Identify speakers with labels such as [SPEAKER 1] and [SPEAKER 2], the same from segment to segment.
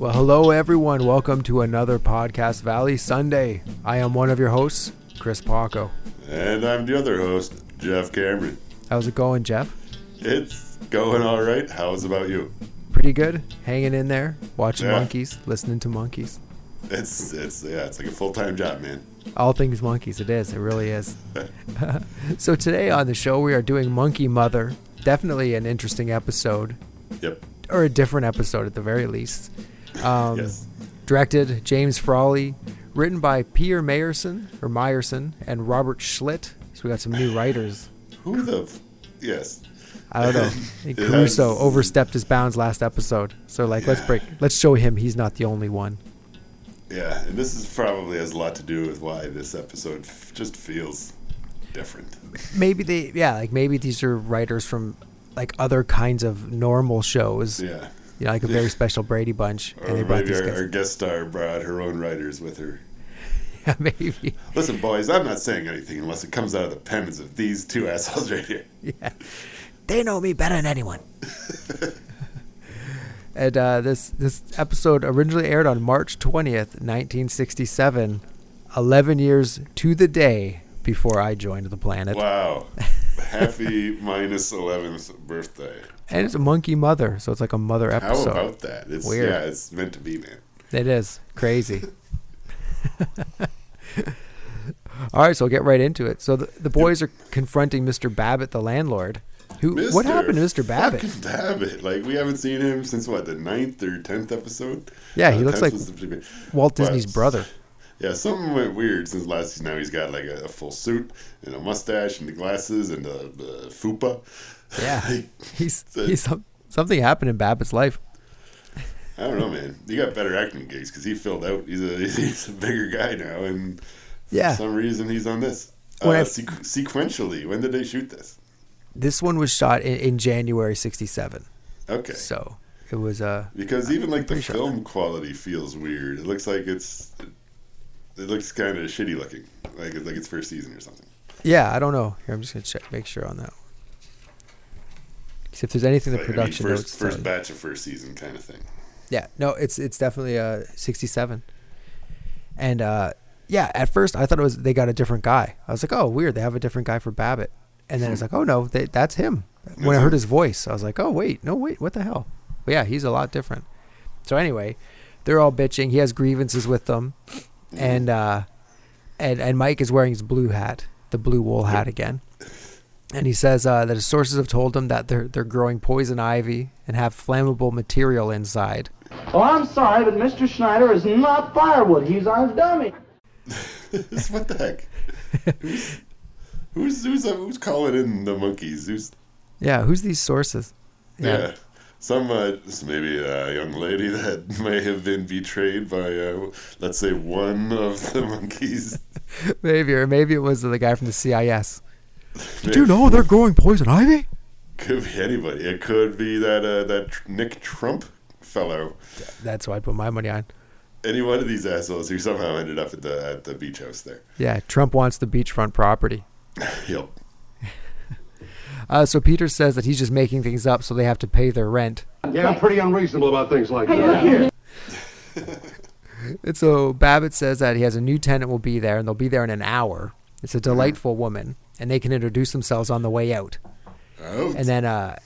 [SPEAKER 1] Hello, everyone. Welcome to another podcast, Valley Sunday. I am one of your hosts, Chris Paco.
[SPEAKER 2] And I'm the other host, Jeff Cameron.
[SPEAKER 1] How's it going, Jeff?
[SPEAKER 2] It's going all right. How's about you?
[SPEAKER 1] Pretty good. Hanging in there, watching
[SPEAKER 2] Yeah.
[SPEAKER 1] monkeys, listening to monkeys.
[SPEAKER 2] It's it's yeah, it's like a full time job, man.
[SPEAKER 1] All things monkeys, it is. It really is. so, today on the show, we are doing Monkey Mother. Definitely an interesting episode,
[SPEAKER 2] Yep.
[SPEAKER 1] or a different episode at the very least. Um,
[SPEAKER 2] yes.
[SPEAKER 1] Directed James Frawley, written by Peter Meyerson or Meyerson and Robert Schlitt. So we got some new writers.
[SPEAKER 2] Who the? F- yes.
[SPEAKER 1] I don't know. I think Caruso
[SPEAKER 2] Yes.
[SPEAKER 1] overstepped his bounds last episode. So like let's
[SPEAKER 2] Yeah.
[SPEAKER 1] break let's show him he's not the only one.
[SPEAKER 2] Yeah. And this is probably has a lot to do with why this episode f- just feels different.
[SPEAKER 1] Maybe they yeah, like maybe these are writers from like other kinds of normal shows.
[SPEAKER 2] Yeah.
[SPEAKER 1] You know, like a very special Brady bunch.
[SPEAKER 2] Or
[SPEAKER 1] and they brought
[SPEAKER 2] maybe
[SPEAKER 1] these
[SPEAKER 2] our, our
[SPEAKER 1] guys.
[SPEAKER 2] guest star brought her own writers with her.
[SPEAKER 1] Yeah, maybe.
[SPEAKER 2] Listen, boys, I'm not saying anything unless it comes out of the pens of these two assholes right here.
[SPEAKER 1] yeah. They know me better than anyone. and uh, this this episode originally aired on March 20th, 1967, 11 years to the day before I joined the planet.
[SPEAKER 2] Wow. Happy minus 11th birthday.
[SPEAKER 1] And it's a monkey mother, so it's like a mother
[SPEAKER 2] How
[SPEAKER 1] episode.
[SPEAKER 2] about that? It's
[SPEAKER 1] Weird.
[SPEAKER 2] yeah, it's meant to be, man.
[SPEAKER 1] It is crazy. All right, so we'll get right into it. So the, the boys are confronting Mr. Babbitt, the landlord. Who? What happened to Mr. Babbitt?
[SPEAKER 2] fucking Babbitt. Like we haven't seen him since what the ninth or tenth episode.
[SPEAKER 1] Yeah, he
[SPEAKER 2] Uh,
[SPEAKER 1] looks
[SPEAKER 2] 10th
[SPEAKER 1] like
[SPEAKER 2] was the-
[SPEAKER 1] Walt Disney's
[SPEAKER 2] What?
[SPEAKER 1] brother.
[SPEAKER 2] Yeah, something went weird since last season. Now he's got like a, a full suit and a mustache and the glasses and the, the fupa.
[SPEAKER 1] Yeah,
[SPEAKER 2] Like,
[SPEAKER 1] he's
[SPEAKER 2] the-
[SPEAKER 1] he's some, something happened in Babbitt's life.
[SPEAKER 2] I don't know, man. You got better acting gigs because he filled out. He's a he's a bigger guy now, and
[SPEAKER 1] Yeah.
[SPEAKER 2] for some reason he's on this.
[SPEAKER 1] When
[SPEAKER 2] uh,
[SPEAKER 1] I-
[SPEAKER 2] sequ- sequentially, when did they shoot this?
[SPEAKER 1] This one was shot in, in January '67,
[SPEAKER 2] Okay,
[SPEAKER 1] so it was uh
[SPEAKER 2] Because even like the
[SPEAKER 1] pretty sure.
[SPEAKER 2] film quality feels weird. It looks like it's it looks kind of shitty looking, like it's like it's first season or something.
[SPEAKER 1] yeah. I don't know. Here, I'm just gonna check, make sure on that. one. 'Cause if there's anything the
[SPEAKER 2] Like, I mean,
[SPEAKER 1] production
[SPEAKER 2] first
[SPEAKER 1] notes,
[SPEAKER 2] first
[SPEAKER 1] tell you-
[SPEAKER 2] batch of first season kind of thing.
[SPEAKER 1] Yeah, no, it's it's definitely a '67, and uh, yeah, at first I thought it was they got a different guy. I was like, oh, weird, they have a different guy for Babbitt, and then it's like, oh no, they, that's him. When I heard his voice, I was like, oh wait, no wait, what the hell? But yeah, he's a lot different. So anyway, they're all bitching. He has grievances with them, and uh, and and Mike is wearing his blue hat, the blue wool hat again. And he says uh, that his sources have told him that they're they're growing poison ivy and have flammable material inside.
[SPEAKER 3] Well, Oh, I'm sorry, but Mr. Schneider is not firewood. He's our dummy.
[SPEAKER 2] It's- what the heck? who's who's who's, who's calling in the monkeys? Who's
[SPEAKER 1] Yeah, who's these sources?
[SPEAKER 2] yeah. Some uh, this may be a young lady that may have been betrayed by, uh, let's say, one of the monkeys.
[SPEAKER 1] Maybe or maybe it was the guy from the CIS. Did you know they're growing poison ivy?
[SPEAKER 2] Could be anybody. It could be that uh, that tr- Nick Trump fellow.
[SPEAKER 1] That's what I'd put my money on.
[SPEAKER 2] any one of these assholes who somehow ended up at the at the beach house there.
[SPEAKER 1] Yeah, Trump wants the beachfront property.
[SPEAKER 2] Yep.
[SPEAKER 1] Uh, so Peter says that he's just making things up so they have to pay their rent.
[SPEAKER 4] Yeah, I'm pretty unreasonable about things like that.
[SPEAKER 1] And so Babbitt says that he has a new tenant will be there and they'll be there in an hour. It's a delightful woman and they can introduce themselves on the way out.
[SPEAKER 2] Oh,
[SPEAKER 1] And then uh,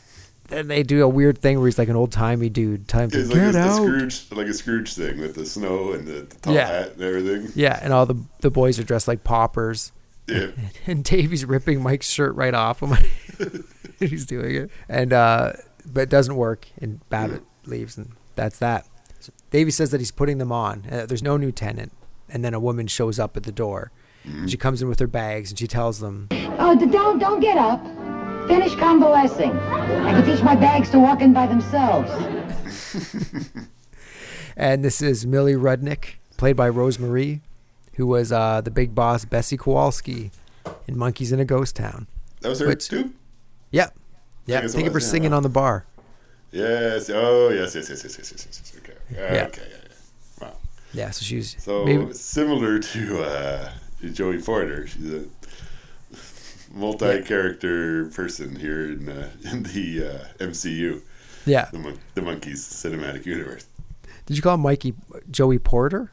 [SPEAKER 1] then they do a weird thing where he's like an old timey dude. Time to
[SPEAKER 2] it's like a,
[SPEAKER 1] get
[SPEAKER 2] the
[SPEAKER 1] out.
[SPEAKER 2] Scrooge, like a Scrooge thing with the snow and the, the tall
[SPEAKER 1] Yeah.
[SPEAKER 2] hat and everything.
[SPEAKER 1] Yeah, and all the the boys are dressed like paupers.
[SPEAKER 2] Yeah.
[SPEAKER 1] and Davy's ripping Mike's shirt right off him. He's doing it, and uh, but it doesn't work. And Babbitt leaves, and that's that. So Davy says that he's putting them on. And that there's no new tenant, and then a woman shows up at the door. She comes in with her bags, and she tells them,
[SPEAKER 5] Oh, d- don't, don't get up. Finish convalescing. I can teach my bags to walk in by themselves.
[SPEAKER 1] and this is Millie Rudnick, played by Rose Marie, who was uh, the big boss Bessie Kowalski in Monkeys in a Ghost Town.
[SPEAKER 2] That was her
[SPEAKER 1] Which-
[SPEAKER 2] too.
[SPEAKER 1] Yep,
[SPEAKER 2] I
[SPEAKER 1] yeah.
[SPEAKER 2] guess it
[SPEAKER 1] Think of her
[SPEAKER 2] was, yeah.
[SPEAKER 1] singing on the bar.
[SPEAKER 2] Yes. Oh, yes, yes, yes, yes, yes, yes, yes. yes. Okay. Uh,
[SPEAKER 1] Yeah.
[SPEAKER 2] Okay. Yeah, yeah. Wow.
[SPEAKER 1] Yeah, so she's
[SPEAKER 2] So
[SPEAKER 1] maybe,
[SPEAKER 2] similar to uh, Joey Porter, she's a multi-character person here in, uh, in the uh, MCU,
[SPEAKER 1] yeah.
[SPEAKER 2] the, mon- the monkeys cinematic universe.
[SPEAKER 1] Did you call Mikey Joey Porter?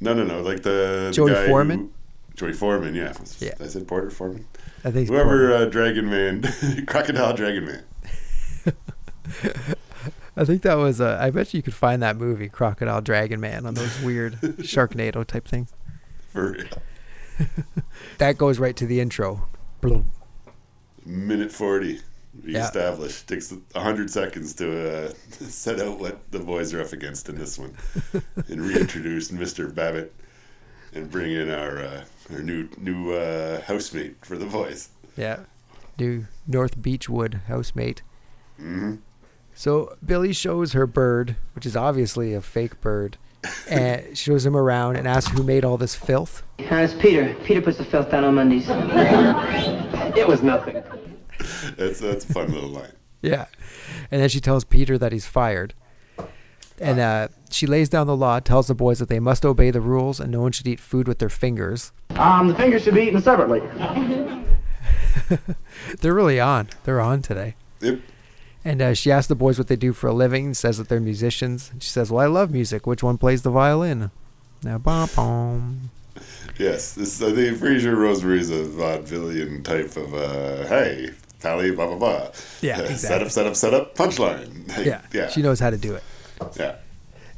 [SPEAKER 2] No, no, no. Like the the
[SPEAKER 1] Joey
[SPEAKER 2] guy
[SPEAKER 1] Foreman?
[SPEAKER 2] who- Joey Foreman, yeah.
[SPEAKER 1] Yeah.
[SPEAKER 2] I said Porter Foreman.
[SPEAKER 1] I think it's Porter.
[SPEAKER 2] Whoever uh, Dragon Man, Crocodile Dragon Man.
[SPEAKER 1] I think that was. Uh, I bet you could find that movie, Crocodile Dragon Man, on those weird Sharknado type things.
[SPEAKER 2] For real.
[SPEAKER 1] That goes right to the intro. Bloop.
[SPEAKER 2] Minute 40. We
[SPEAKER 1] Yeah.
[SPEAKER 2] established. Takes 100 seconds to uh, set out what the boys are up against in this one and reintroduce Mr. Babbitt and bring in our uh, our new new uh, housemate for the boys.
[SPEAKER 1] Yeah. New North Beachwood housemate. So Billy shows her bird, which is obviously a fake bird, and shows him around and asks who made all this filth.
[SPEAKER 6] Now it's Peter. Peter puts the filth down on Mondays.
[SPEAKER 4] It was nothing.
[SPEAKER 2] That's, that's a fun little line.
[SPEAKER 1] Yeah. And then she tells Peter that he's fired. And uh, she lays down the law, tells the boys that they must obey the rules and no one should eat food with their fingers.
[SPEAKER 3] Um, the fingers should be eaten separately.
[SPEAKER 1] They're really on. They're on today.
[SPEAKER 2] Yep.
[SPEAKER 1] And uh, she asks the boys what they do for a living, says that they're musicians. And she says, Well, I love music. Which one plays the violin? Now, bom, bom.
[SPEAKER 2] Yes, this I think pretty sure Rosemary's a vaudevillian type of uh, hey, pally, blah blah blah.
[SPEAKER 1] Yeah,
[SPEAKER 2] Uh, Set
[SPEAKER 1] exactly.
[SPEAKER 2] up, set up, set up, punchline. Like,
[SPEAKER 1] Yeah,
[SPEAKER 2] yeah,
[SPEAKER 1] She knows how to do it.
[SPEAKER 2] yeah.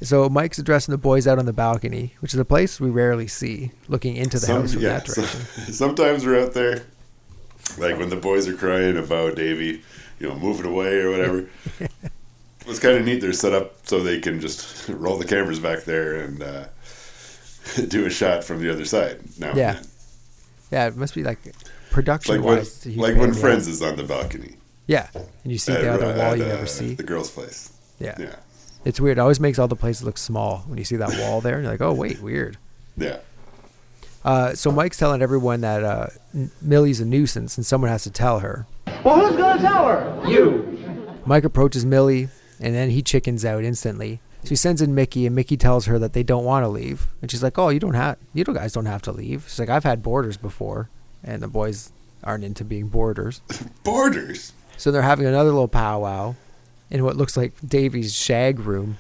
[SPEAKER 1] So Mike's addressing the boys out on the balcony, which is a place we rarely see, looking into the
[SPEAKER 2] Some-
[SPEAKER 1] house from
[SPEAKER 2] yeah,
[SPEAKER 1] that direction.
[SPEAKER 2] so- sometimes we're out there, like when the boys are crying about Davy, you know, moving away or whatever. it's kind of neat. They're set up so they can just roll the cameras back there and uh, do a shot from the other side. Now, and
[SPEAKER 1] Yeah.
[SPEAKER 2] then.
[SPEAKER 1] Yeah, it must be like
[SPEAKER 2] It's like
[SPEAKER 1] production
[SPEAKER 2] when,
[SPEAKER 1] wise.
[SPEAKER 2] like when Friends is on the balcony.
[SPEAKER 1] Yeah, and you see
[SPEAKER 2] at,
[SPEAKER 1] the other
[SPEAKER 2] uh,
[SPEAKER 1] wall
[SPEAKER 2] at,
[SPEAKER 1] you
[SPEAKER 2] uh,
[SPEAKER 1] never see.
[SPEAKER 2] The girl's place.
[SPEAKER 1] Yeah.
[SPEAKER 2] Yeah.
[SPEAKER 1] it's weird. It always makes all the places look small when you see that wall there. And you're like, oh wait, weird.
[SPEAKER 2] Yeah.
[SPEAKER 1] Uh, so Mike's telling everyone that uh, N- Millie's a nuisance and someone has to tell her.
[SPEAKER 3] Well, who's gonna tell her?
[SPEAKER 1] Mike approaches Millie, and then he chickens out instantly. She sends in Mickey, and Mickey tells her that they don't want to leave. And she's like, "Oh, you don't have, you don't guys don't have to leave." She's like, "I've had boarders before, and the boys aren't into being boarders."
[SPEAKER 2] Borders.
[SPEAKER 1] So they're having another little powwow in what looks like Davy's shag room.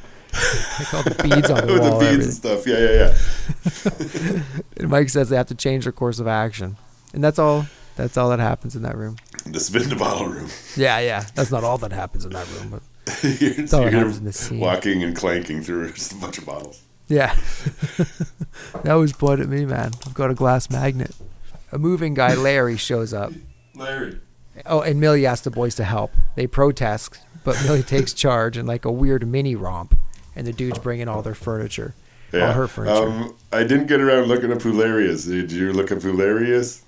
[SPEAKER 1] Like all the beads on the
[SPEAKER 2] With the
[SPEAKER 1] wall. and
[SPEAKER 2] beads and
[SPEAKER 1] everything.
[SPEAKER 2] stuff. Yeah, yeah, yeah.
[SPEAKER 1] And Mike says they have to change their course of action, and that's all. That's all that happens in that room.
[SPEAKER 2] The spin the bottle room.
[SPEAKER 1] Yeah, yeah. That's not all that happens in that room, but
[SPEAKER 2] you're
[SPEAKER 1] all that
[SPEAKER 2] you're
[SPEAKER 1] happens in the scene.
[SPEAKER 2] walking and clanking through just a bunch of bottles.
[SPEAKER 1] Yeah. that was blood at me, man. I've got a glass magnet. A moving guy, Larry, shows up.
[SPEAKER 2] Larry.
[SPEAKER 1] Oh, and Millie asks the boys to help. They protest, but Millie takes charge in like a weird mini romp. And the dudes bring in all their furniture. All her furniture.
[SPEAKER 2] Um, I didn't get around looking up who Larry is. Did you look up who Larry is?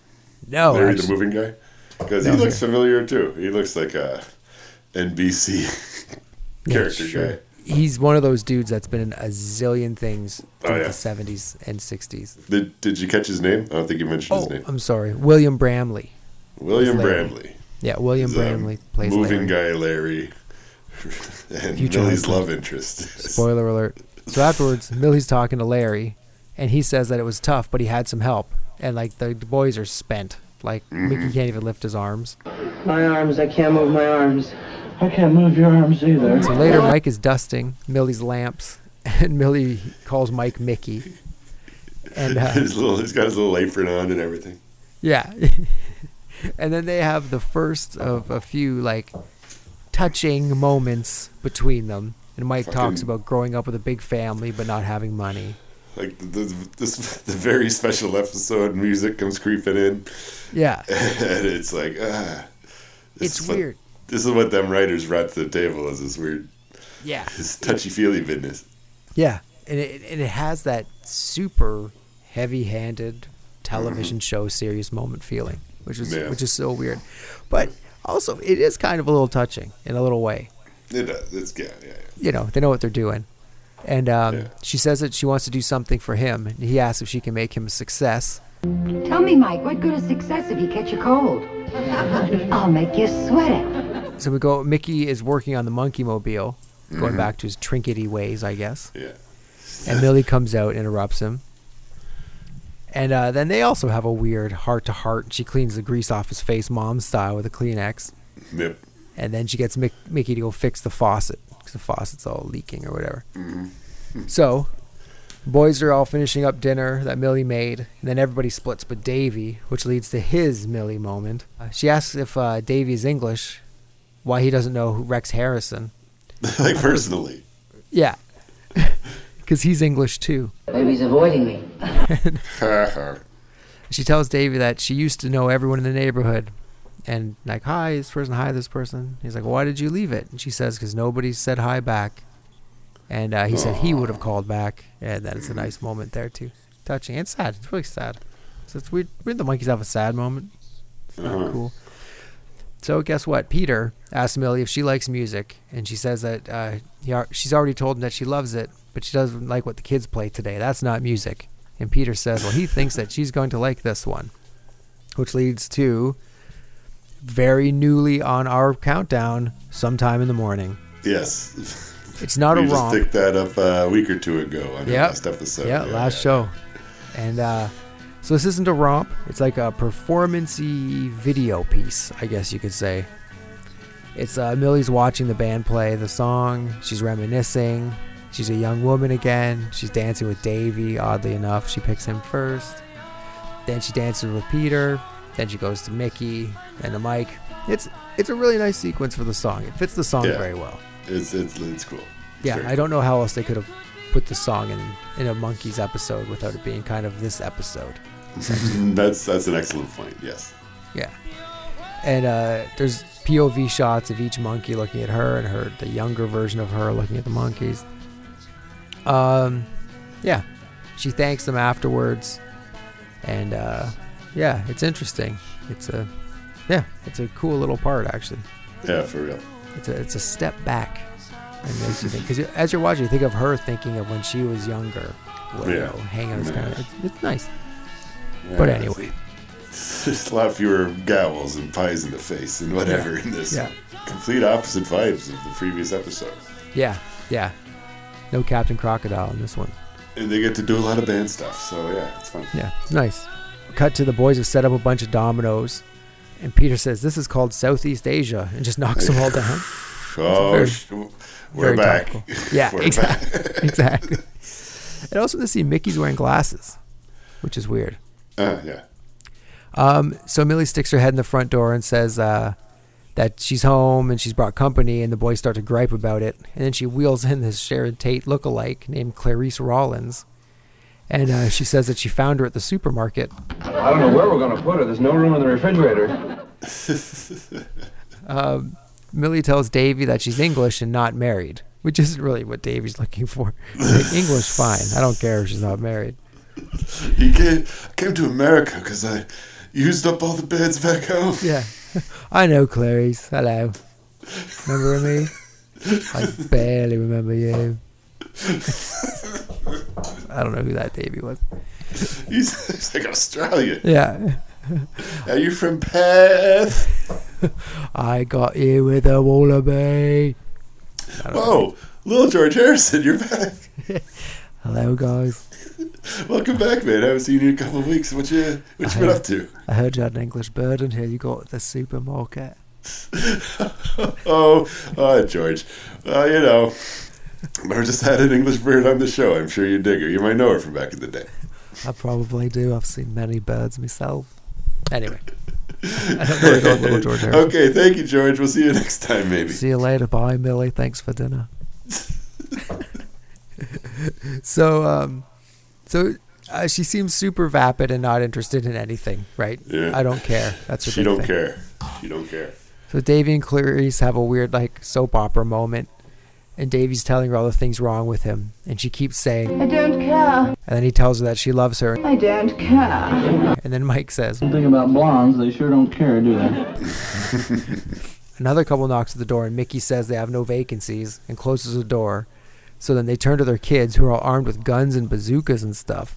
[SPEAKER 1] no,
[SPEAKER 2] Larry the
[SPEAKER 1] actually-
[SPEAKER 2] moving guy? Because he
[SPEAKER 1] Oh, No.
[SPEAKER 2] looks familiar too. He looks like a NBC
[SPEAKER 1] yeah,
[SPEAKER 2] character
[SPEAKER 1] sure.
[SPEAKER 2] guy.
[SPEAKER 1] He's one of those dudes that's been in a zillion things
[SPEAKER 2] Oh,
[SPEAKER 1] through
[SPEAKER 2] yeah.
[SPEAKER 1] the 70s and 60s.
[SPEAKER 2] Did, did you catch his name? I don't think you mentioned
[SPEAKER 1] Oh,
[SPEAKER 2] his name.
[SPEAKER 1] I'm sorry. William Bramley.
[SPEAKER 2] William
[SPEAKER 1] Larry.
[SPEAKER 2] Bramley.
[SPEAKER 1] Yeah, William
[SPEAKER 2] He's, um,
[SPEAKER 1] Bramley plays
[SPEAKER 2] moving
[SPEAKER 1] Larry.
[SPEAKER 2] guy Larry and
[SPEAKER 1] Future
[SPEAKER 2] Millie's
[SPEAKER 1] husband.
[SPEAKER 2] love interest.
[SPEAKER 1] Spoiler alert. So afterwards, Millie's talking to Larry, and he says that it was tough, but he had some help. And like the boys are spent. Like
[SPEAKER 2] Mm-hmm.
[SPEAKER 1] Mickey can't even lift his arms.
[SPEAKER 6] My arms, I can't move my arms.
[SPEAKER 3] I can't move your arms either.
[SPEAKER 1] So later, Mike is dusting Millie's lamps, and Millie calls Mike Mickey. And uh,
[SPEAKER 2] His little, he's got his little apron on and everything.
[SPEAKER 1] yeah, and then they have the first of a few like touching moments between them. And Mike talks
[SPEAKER 2] Fucking-
[SPEAKER 1] about growing up with a big family but not having money.
[SPEAKER 2] Like the, the, this, the very special episode, music comes creeping in,
[SPEAKER 1] Yeah,
[SPEAKER 2] and it's like, ah, this
[SPEAKER 1] It's
[SPEAKER 2] is what-
[SPEAKER 1] weird.
[SPEAKER 2] This is what them writers brought to the table is this weird,
[SPEAKER 1] yeah.
[SPEAKER 2] this touchy feely business.
[SPEAKER 1] Yeah, and it and it has that super heavy-handed television show serious moment feeling, which is
[SPEAKER 2] Mm-hmm. Yeah.
[SPEAKER 1] which is so weird, but also it is kind of a little touching in a little way.
[SPEAKER 2] It does. It's yeah, yeah, yeah.
[SPEAKER 1] You know, they know what they're doing, and um,
[SPEAKER 2] Yeah.
[SPEAKER 1] she says that she wants to do something for him, and he asks if she can make him a success.
[SPEAKER 5] Tell me, Mike, what good is success if you catch a cold? I'll make you sweat it.
[SPEAKER 1] So we go. Mickey is working on the monkey mobile, going back to his trinkety ways, I guess.
[SPEAKER 2] yeah.
[SPEAKER 1] and Millie comes out and interrupts him. And uh, then they also have a weird heart to heart. She cleans the grease off his face, mom style, with a Kleenex.
[SPEAKER 2] Yep.
[SPEAKER 1] And then she gets Mick- Mickey to go fix the faucet because the faucet's all leaking or whatever. So, boys are all finishing up dinner that Millie made, and then everybody splits but Davy, which leads to his Millie moment. Uh, she asks if uh, Davy's English, why he doesn't know who Rex Harrison.
[SPEAKER 2] like personally.
[SPEAKER 1] Yeah, because he's English too.
[SPEAKER 6] Maybe he's avoiding me.
[SPEAKER 2] Ha, ha.
[SPEAKER 1] She tells Davy that she used to know everyone in the neighborhood. And like, hi, this person, hi, this person. He's like, why did you leave it? And she says, because nobody said hi back. And uh, he said he would have called back. And that is a nice moment there, too. Touching. It's sad. It's really sad. So it's weird. Weird the monkeys have a sad moment. It's not cool. So guess what? Peter asks Millie if she likes music. And she says that uh, he, al- she's already told him that she loves it, but she doesn't like what the kids play today. That's not music. And Peter says, well, he thinks that she's going to like this one which leads to very newly on our countdown sometime in the morning.
[SPEAKER 2] yes.
[SPEAKER 1] It's not
[SPEAKER 2] We
[SPEAKER 1] a
[SPEAKER 2] just
[SPEAKER 1] romp.
[SPEAKER 2] picked that up uh, a week or two ago on the
[SPEAKER 1] Yep.
[SPEAKER 2] last episode.
[SPEAKER 1] yeah, last show. And uh, so this isn't a romp. It's like a performancey video piece, I guess you could say. It's uh, Millie's watching the band play the song. She's reminiscing. She's a young woman again. She's dancing with Davey. Oddly enough, she picks him first. Then she dances with Peter. Then she goes to Mickey and the Mike. It's it's a really nice sequence for the song. It fits the song
[SPEAKER 2] Yeah.
[SPEAKER 1] very well.
[SPEAKER 2] It's, it's, it's cool.
[SPEAKER 1] Yeah,
[SPEAKER 2] Sure.
[SPEAKER 1] I don't know how else they could have put the song in in a monkeys episode without it being kind of this episode.
[SPEAKER 2] That's that's an excellent point. Yes.
[SPEAKER 1] Yeah, and uh, there's POV shots of each monkey looking at her and her the younger version of her looking at the monkeys. Um, yeah, she thanks them afterwards, and uh, yeah, it's interesting. It's a yeah, it's a cool little part actually.
[SPEAKER 2] Yeah, for real.
[SPEAKER 1] It's a, it's a step back and makes you think because as you're watching, you think of her thinking of when she was younger, what, you
[SPEAKER 2] Yeah.
[SPEAKER 1] know, hanging out. Kind of, it's, it's nice.
[SPEAKER 2] Yeah,
[SPEAKER 1] But anyway,
[SPEAKER 2] there's a lot fewer gowls and pies in the face and whatever in this.
[SPEAKER 1] Yeah.
[SPEAKER 2] Complete opposite vibes of the previous episode.
[SPEAKER 1] yeah, yeah. No Captain Crocodile in this one.
[SPEAKER 2] And they get to do a lot of band stuff, so yeah, it's fun.
[SPEAKER 1] Yeah, it's nice. Cut to the boys have set up a bunch of dominoes, and Peter says this is called Southeast Asia, and just knocks them all down.
[SPEAKER 2] Oh,
[SPEAKER 1] very-
[SPEAKER 2] sh- we're
[SPEAKER 1] very
[SPEAKER 2] back.
[SPEAKER 1] topical. Yeah,
[SPEAKER 2] We're
[SPEAKER 1] exactly.
[SPEAKER 2] back.
[SPEAKER 1] exactly. And also to see Mickey's wearing glasses, which is weird.
[SPEAKER 2] Uh, yeah.
[SPEAKER 1] Um, so Millie sticks her head in the front door and says uh, that she's home and she's brought company, and the boys start to gripe about it. And then she wheels in this Sharon Tate lookalike named Clarice Rollins, and uh, she says that she found her at the supermarket.
[SPEAKER 4] I don't know where we're gonna put her. There's no room in the refrigerator.
[SPEAKER 1] Millie tells Davy that she's English and not married, which isn't really what Davy's looking for. Like, English, fine. I don't care if she's not married.
[SPEAKER 2] He came, came to America because I used up all the beds back home.
[SPEAKER 1] Yeah. I know Clarice. Hello. Remember me? I barely remember you. I don't know who that Davy was.
[SPEAKER 2] He's, he's like Australian.
[SPEAKER 1] Yeah.
[SPEAKER 2] Are you from Perth?
[SPEAKER 1] I got you with a wallaby.
[SPEAKER 2] Whoa, Oh, little George Harrison, you're back.
[SPEAKER 1] Hello, guys.
[SPEAKER 2] Welcome back, man. I haven't seen you in a couple of weeks. What you what you been up to?
[SPEAKER 1] I heard you had an English bird in here you got at the supermarket.
[SPEAKER 2] Oh, oh, George. Uh, you know, I just had an English bird on the show. I'm sure you dig her. You might know her from back in the day.
[SPEAKER 1] I probably do. I've seen many birds myself. Anyway. I don't really know little George Harrison.
[SPEAKER 2] Okay, thank you, George. We'll see you next time, maybe.
[SPEAKER 1] See you later. Bye, Millie. Thanks for dinner. so, um, so uh, she seems super vapid and not interested in anything, right?
[SPEAKER 2] Yeah.
[SPEAKER 1] I don't care. That's her
[SPEAKER 2] She
[SPEAKER 1] big
[SPEAKER 2] don't
[SPEAKER 1] thing.
[SPEAKER 2] care. She don't care.
[SPEAKER 1] So Davy and Clarice have a weird like soap opera moment, and Davy's telling her all the things wrong with him, and she keeps saying,
[SPEAKER 5] I don't care.
[SPEAKER 1] and then he tells her that she loves her,
[SPEAKER 5] I don't care.
[SPEAKER 1] and then Mike says,
[SPEAKER 3] Thing about blondes, they sure don't care, do they?
[SPEAKER 1] Another couple knocks at the door, and Mickey says they have no vacancies and closes the door. So then they turn to their kids, who are all armed with guns and bazookas and stuff.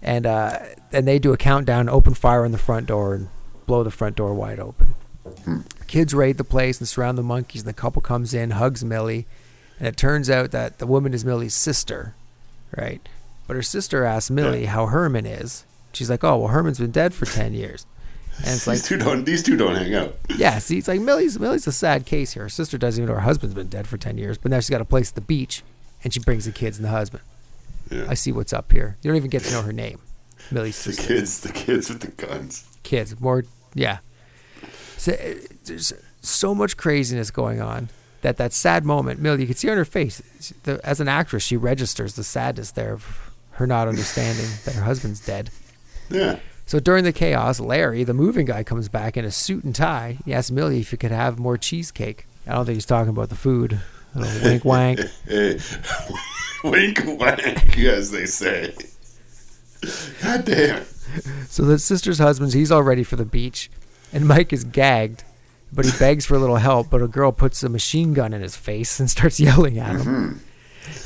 [SPEAKER 1] And uh, and they do a countdown, open fire on the front door, and blow the front door wide open. Kids raid the place and surround the monkeys, and the couple comes in, hugs Millie, and it turns out that the woman is Millie's sister, right? But her sister asks Millie how Herman is. She's like, "Oh, well, Herman's been dead for ten years." And it's like,
[SPEAKER 2] These two don't. These two don't hang out.
[SPEAKER 1] yeah, see, it's like Millie's Millie's a sad case here. Her sister doesn't even know her husband's been dead for ten years, but now she's got a place at the beach, and she brings the kids and the husband.
[SPEAKER 2] Yeah.
[SPEAKER 1] I see what's up here. You don't even get to know her name, Millie's
[SPEAKER 2] The
[SPEAKER 1] sister.
[SPEAKER 2] kids. The kids with the guns.
[SPEAKER 1] kids more yeah so, uh, there's so much craziness going on that that sad moment mill you can see on her face she- the, as an actress she registers the sadness there of her not understanding that her husband's dead
[SPEAKER 2] Yeah.
[SPEAKER 1] so during the chaos larry the moving guy comes back in a suit and tie he asks millie if he could have more cheesecake i don't think he's talking about the food Little wink wank
[SPEAKER 2] Hey, wink, wank, as they say. God damn.
[SPEAKER 1] So the sister's husband's he's all ready for the beach, and Mike is gagged, but he begs for a little help. But a girl puts a machine gun in his face and starts yelling at him.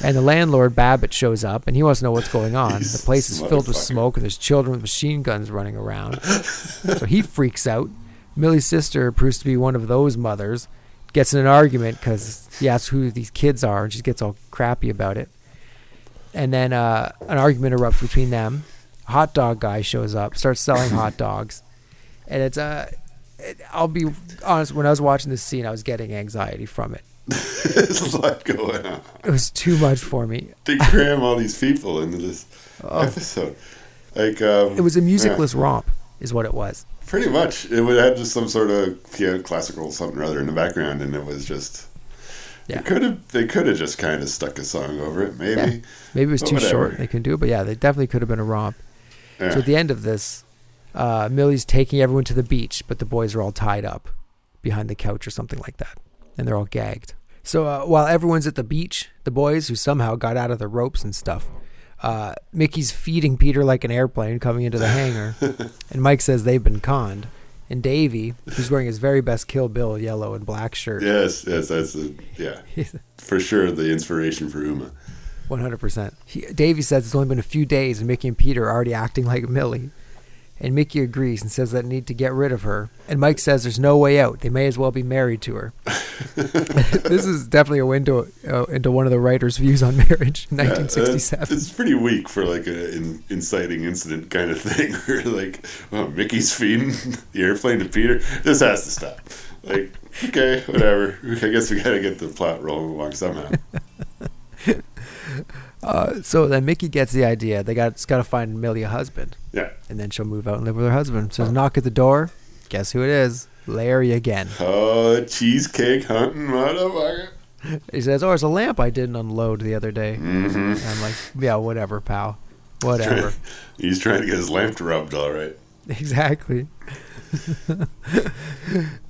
[SPEAKER 1] And the landlord Babbitt shows up, and he wants to know what's going on. The place is filled with
[SPEAKER 2] motherfucker.
[SPEAKER 1] smoke, and there's children with machine guns running around. so he freaks out. Millie's sister proves to be one of those mothers. Gets in an argument because he asks who these kids are, and she gets all crappy about it and then uh, an argument erupts between them. Hot dog guy shows up, starts selling hot dogs, and it's uh, it, I'll be honest. When I was watching this scene, I was getting anxiety from it.
[SPEAKER 2] There's a lot going on.
[SPEAKER 1] It was too much for me.
[SPEAKER 2] They cram all these people into this episode. Like um,
[SPEAKER 1] Oh. It was a
[SPEAKER 2] yeah.
[SPEAKER 1] musicless romp, is what it was.
[SPEAKER 2] Pretty much, it would have just some sort of you know, classical something or other in the background, and it was just.
[SPEAKER 1] Yeah.
[SPEAKER 2] They could have. They could have just kind of stuck a song over it, maybe.
[SPEAKER 1] Yeah. Maybe it was
[SPEAKER 2] But
[SPEAKER 1] too
[SPEAKER 2] whatever.
[SPEAKER 1] short. They couldn't do it, but yeah, they definitely could have been a romp.
[SPEAKER 2] Yeah.
[SPEAKER 1] So at the end of this, uh, Millie's taking everyone to the beach, but the boys are all tied up behind the couch or something like that, and they're all gagged. So uh, while everyone's at the beach, the boys who somehow got out of the ropes and stuff, uh, Mickey's feeding Peter like an airplane coming into the hangar, and Mike says they've been conned. And Davey, who's wearing his very best Kill Bill yellow and black shirt,
[SPEAKER 2] Yes, yes, that's a, yeah. For sure, the inspiration for Uma.
[SPEAKER 1] One hundred percent. Davey says it's only been a few days, and Mickey and Peter are already acting like Millie. And Mickey agrees and says that they need to get rid of her. And Mike says there's no way out. They may as well be married to her. this is definitely a window uh, into one of the writer's views on marriage in
[SPEAKER 2] Yeah, that's-
[SPEAKER 1] 1967.
[SPEAKER 2] It's pretty weak for like an in, inciting incident kind of thing. Where like, oh, Mickey's feeding the airplane to Peter. This has to stop. Like, okay, whatever. I guess we gotta get the plot rolling along somehow.
[SPEAKER 1] Uh, so then Mickey gets the idea. They got got to find Millie a husband,
[SPEAKER 2] Yeah.
[SPEAKER 1] and then she'll move out and live with her husband. So there's a knock at the door. Guess who it is? Larry again.
[SPEAKER 2] Oh, cheesecake hunting, motherfucker.
[SPEAKER 1] He says, "Oh, it's a lamp I didn't unload the other day."
[SPEAKER 2] Mm. Mm-hmm.
[SPEAKER 1] And I'm like, "Yeah, whatever, pal. Whatever."
[SPEAKER 2] He's trying to get his lamp rubbed, all right.
[SPEAKER 1] Exactly.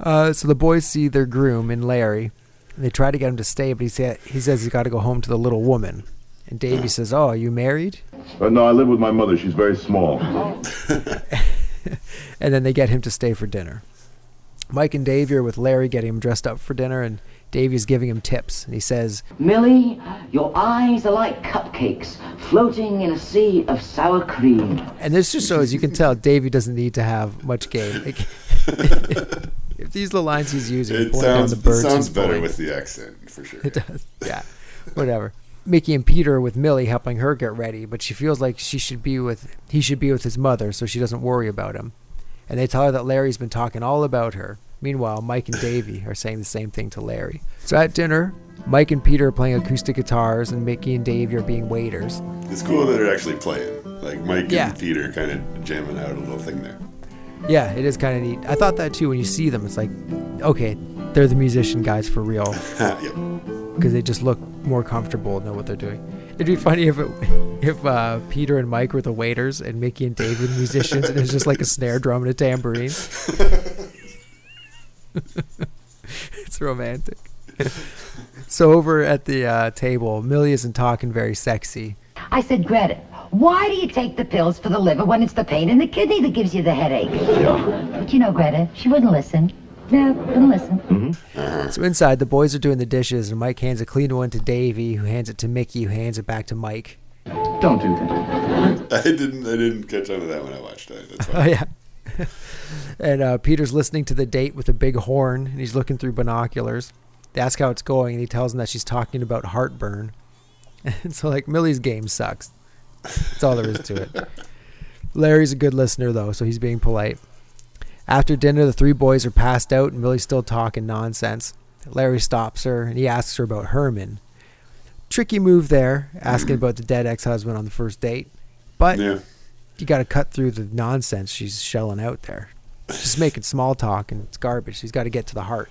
[SPEAKER 1] uh, so the boys see their groom in Larry, and they try to get him to stay, but he sa- he says he's got to go home to the little woman. And Davey says, "Oh, are you married?"
[SPEAKER 7] Uh, no, I live with my mother. She's very small.
[SPEAKER 1] And then they get him to stay for dinner. Mike and Davey are with Larry, getting him dressed up for dinner, and Davey's giving him tips. And he says,
[SPEAKER 5] Millie, your eyes are like cupcakes floating in a sea of sour cream.
[SPEAKER 1] and this just shows you can tell Davey doesn't need to have much game. Like, if these are the lines he's using,
[SPEAKER 2] It
[SPEAKER 1] pulling down
[SPEAKER 2] sounds
[SPEAKER 1] the
[SPEAKER 2] it
[SPEAKER 1] birds
[SPEAKER 2] sounds
[SPEAKER 1] he's
[SPEAKER 2] better
[SPEAKER 1] pulling.
[SPEAKER 2] with the accent for sure.
[SPEAKER 1] It does. Yeah. Whatever. Mickey and Peter are with Millie helping her get ready, but she feels like she should be with he should be with his mother, so she doesn't worry about him. And they tell her that Larry's been talking all about her. Meanwhile, Mike and Davey are saying the same thing to Larry. So at dinner, Mike and Peter are playing acoustic guitars, and Mickey and Davey are being waiters.
[SPEAKER 2] It's cool that they're actually playing. Like Mike
[SPEAKER 1] Yeah.
[SPEAKER 2] and Peter kind of jamming out a little thing there.
[SPEAKER 1] Yeah, it is kind of neat. I thought that too. When you see them, it's like, okay, they're the musician guys for real.
[SPEAKER 2] yep.
[SPEAKER 1] because they just look more comfortable and know what they're doing. It'd be funny if it, if uh, Peter and Mike were the waiters and Mickey and Dave were the musicians, and it's just like a snare drum and a tambourine. it's romantic. so over at the uh, table, Millie isn't talking very sexy.
[SPEAKER 5] I said, Greta, why do you take the pills for the liver when it's the pain in the kidney that gives you the headache? But you know, Greta, she wouldn't listen. No, wouldn't listen.
[SPEAKER 1] So inside, the boys are doing the dishes, and Mike hands a clean one to Davey, who hands it to Mickey, who hands it back to Mike.
[SPEAKER 4] Don't do that.
[SPEAKER 2] I didn't. I didn't catch on to that when I watched it. That's
[SPEAKER 1] Oh
[SPEAKER 2] why.
[SPEAKER 1] yeah. and uh, Peter's listening to the date with a big horn, and he's looking through binoculars. They ask how it's going, and he tells them that she's talking about heartburn. And so, like, Millie's game sucks. That's all there is to it. Larry's a good listener, though, so he's being polite. After dinner, the three boys are passed out and Millie's still talking nonsense. Larry stops her and he asks her about Herman. Tricky move there, asking about the dead ex husband on the first date. But
[SPEAKER 2] Yeah.
[SPEAKER 1] you got to cut through the nonsense she's shelling out there. She's making small talk and it's garbage. She's got to get to the heart.